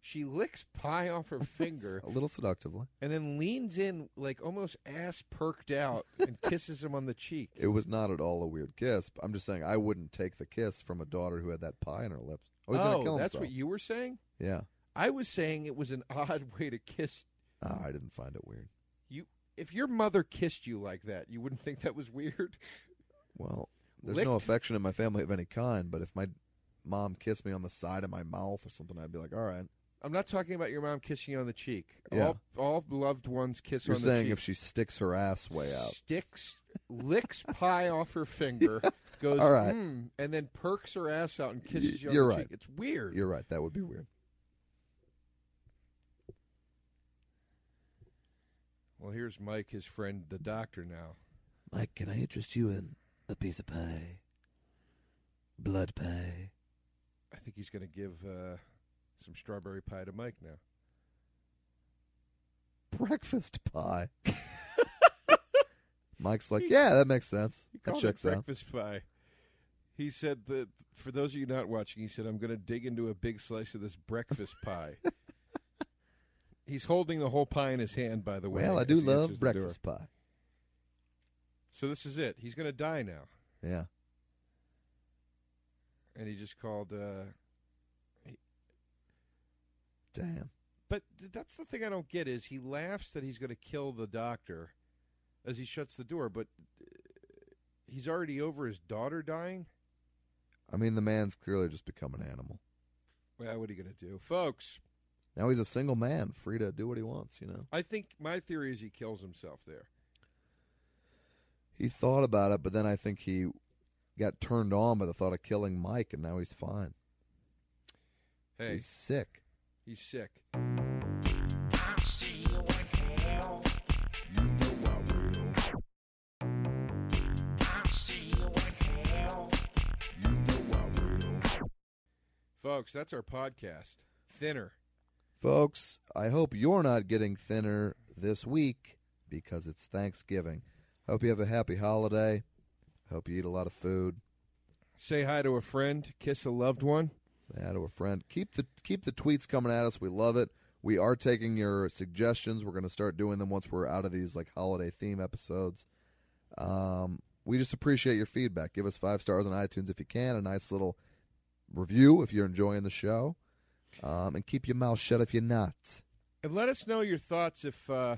She licks pie off
[LAUGHS]
her finger
A little seductively.
and then leans in like almost ass perked
[LAUGHS]
out and kisses him on the cheek.
It was not at all a weird kiss. But I'm just saying I wouldn't take the kiss from a daughter who had that pie in her lips. Oh, he's gonna kill
that's
himself.
what you were saying?
yeah.
I was saying it was an odd way to kiss.
Ah, I didn't find it weird.
If your mother kissed you like that, you wouldn't think that was weird.
Well, [LAUGHS] there's no
Licked?
affection in my family of any kind. But if my mom kissed me on the side of my mouth or something, I'd be like, all right.
I'm not talking about your mom kissing you on the cheek.
Yeah.
All all loved ones kiss
You're
on
saying
the
if
cheek.
she sticks her ass way out,
sticks
[LAUGHS]
licks pie off her finger, goes
All right.
"Mm," and then perks her ass out and kisses
Y-
you on
you're
the
right.
cheek. It's weird.
you're right. That would be weird.
well, here's Mike, his friend, the doctor now.
Mike, can I interest you in a piece of pie? Blood pie.
I think he's going to give uh, some strawberry pie to Mike now.
Breakfast [LAUGHS] pie. Mike's like, yeah, that makes sense.
He
That
called it
checks out.
breakfast pie. He said that for those of you not watching, he said I'm going to dig into a big slice of this
[LAUGHS]
breakfast pie. He's holding the whole pie in his hand, by the way.
Well, I
as
do
he
love
answers the door.
breakfast pie.
So this is it. He's going to die now,
Yeah.
and he just called. Uh,
Damn.
but th- that's the thing I don't get is he laughs that he's going to kill the doctor as he shuts the door, but uh, he's already over his daughter dying.
I mean, the man's clearly just become an animal.
Well, what are you going to do, folks?
Now he's a single man, free to do what he wants, you know?
I think my theory is he kills himself there.
He thought about it, but then I think he got turned on by the thought of killing Mike, and now he's fine.
Hey,
He's sick.
He's sick. Folks, that's our podcast. Thinner.
Folks, I hope you're not getting thinner this week because it's Thanksgiving. Hope you have a happy holiday. Hope you eat a lot of food.
Say hi to a friend, kiss a loved one.
Say hi to a friend. Keep the keep the tweets coming at us. We love it. We are taking your suggestions. We're going to start doing them once we're out of these like holiday theme episodes. Um, we just appreciate your feedback. Give us five stars on iTunes if you can. A nice little review if you're enjoying the show. Um, and keep your mouth shut if you're not.
And let us know your thoughts if uh,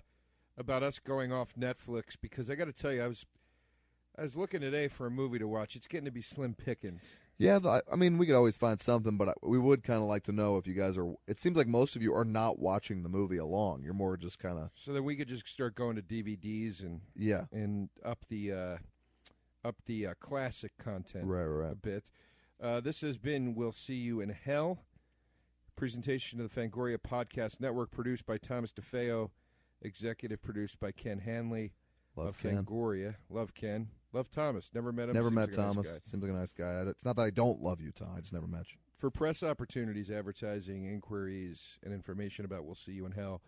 about us going off Netflix because I got to tell you I was I was looking today for a movie to watch. It's getting to be slim pickings.
Yeah, the, I mean, we could always find something, but I- we would kind of like to know if you guys are. It seems like most of you are not watching the movie along. You're more just kind of
So then we could just start going to DVDs and
yeah,
and up the uh, up the uh, classic content
right, right,
a
right.
bit. Uh, this has been "We'll See You in Hell," presentation of the Fangoria Podcast Network, produced by Thomas DeFeo, executive produced by Ken Hanley
Love
of
Ken.
Fangoria. Love Ken. Love Thomas. Never met him.
Never
Seems
met
like a nice
Thomas.
guy.
Seems like a nice guy. I- It's not that I don't love you, Tom. I just never met you.
For press opportunities, advertising, inquiries, and information about We'll See You in Hell,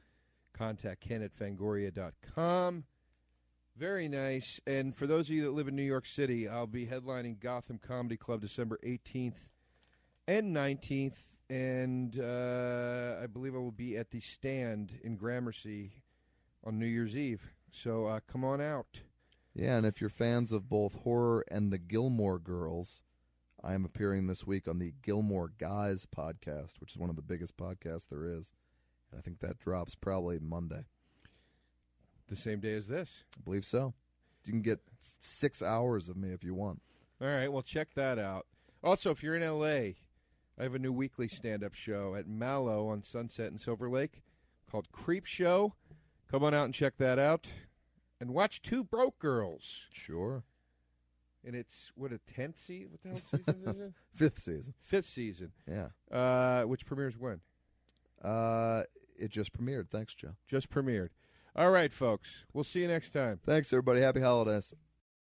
contact Ken at fangoria.com. Very nice. And for those of you that live in New York City, I'll be headlining Gotham Comedy Club December 18th and 19th. And uh, I believe I will be at the stand in Gramercy on New Year's Eve. So uh, come on out.
Yeah, and if you're fans of both horror and the Gilmore Girls, I am appearing this week on the Gilmore Guys podcast, which is one of the biggest podcasts there is, and I think that drops probably Monday.
The same day as this.
I believe so. You can get six hours of me if you want.
All right, well, check that out. Also, if you're in LA, I have a new weekly stand up show at Mallow on Sunset and Silver Lake called Creep Show. Come on out and check that out. And watch Two Broke Girls
Sure.
and it's what a tenth season. What the hell season is it?
Fifth season.
Fifth season,
Yeah.
uh, which premieres when?
Uh, it just premiered. Thanks, Joe.
Just premiered. All right, folks. We'll see you next time.
Thanks, everybody. Happy holidays.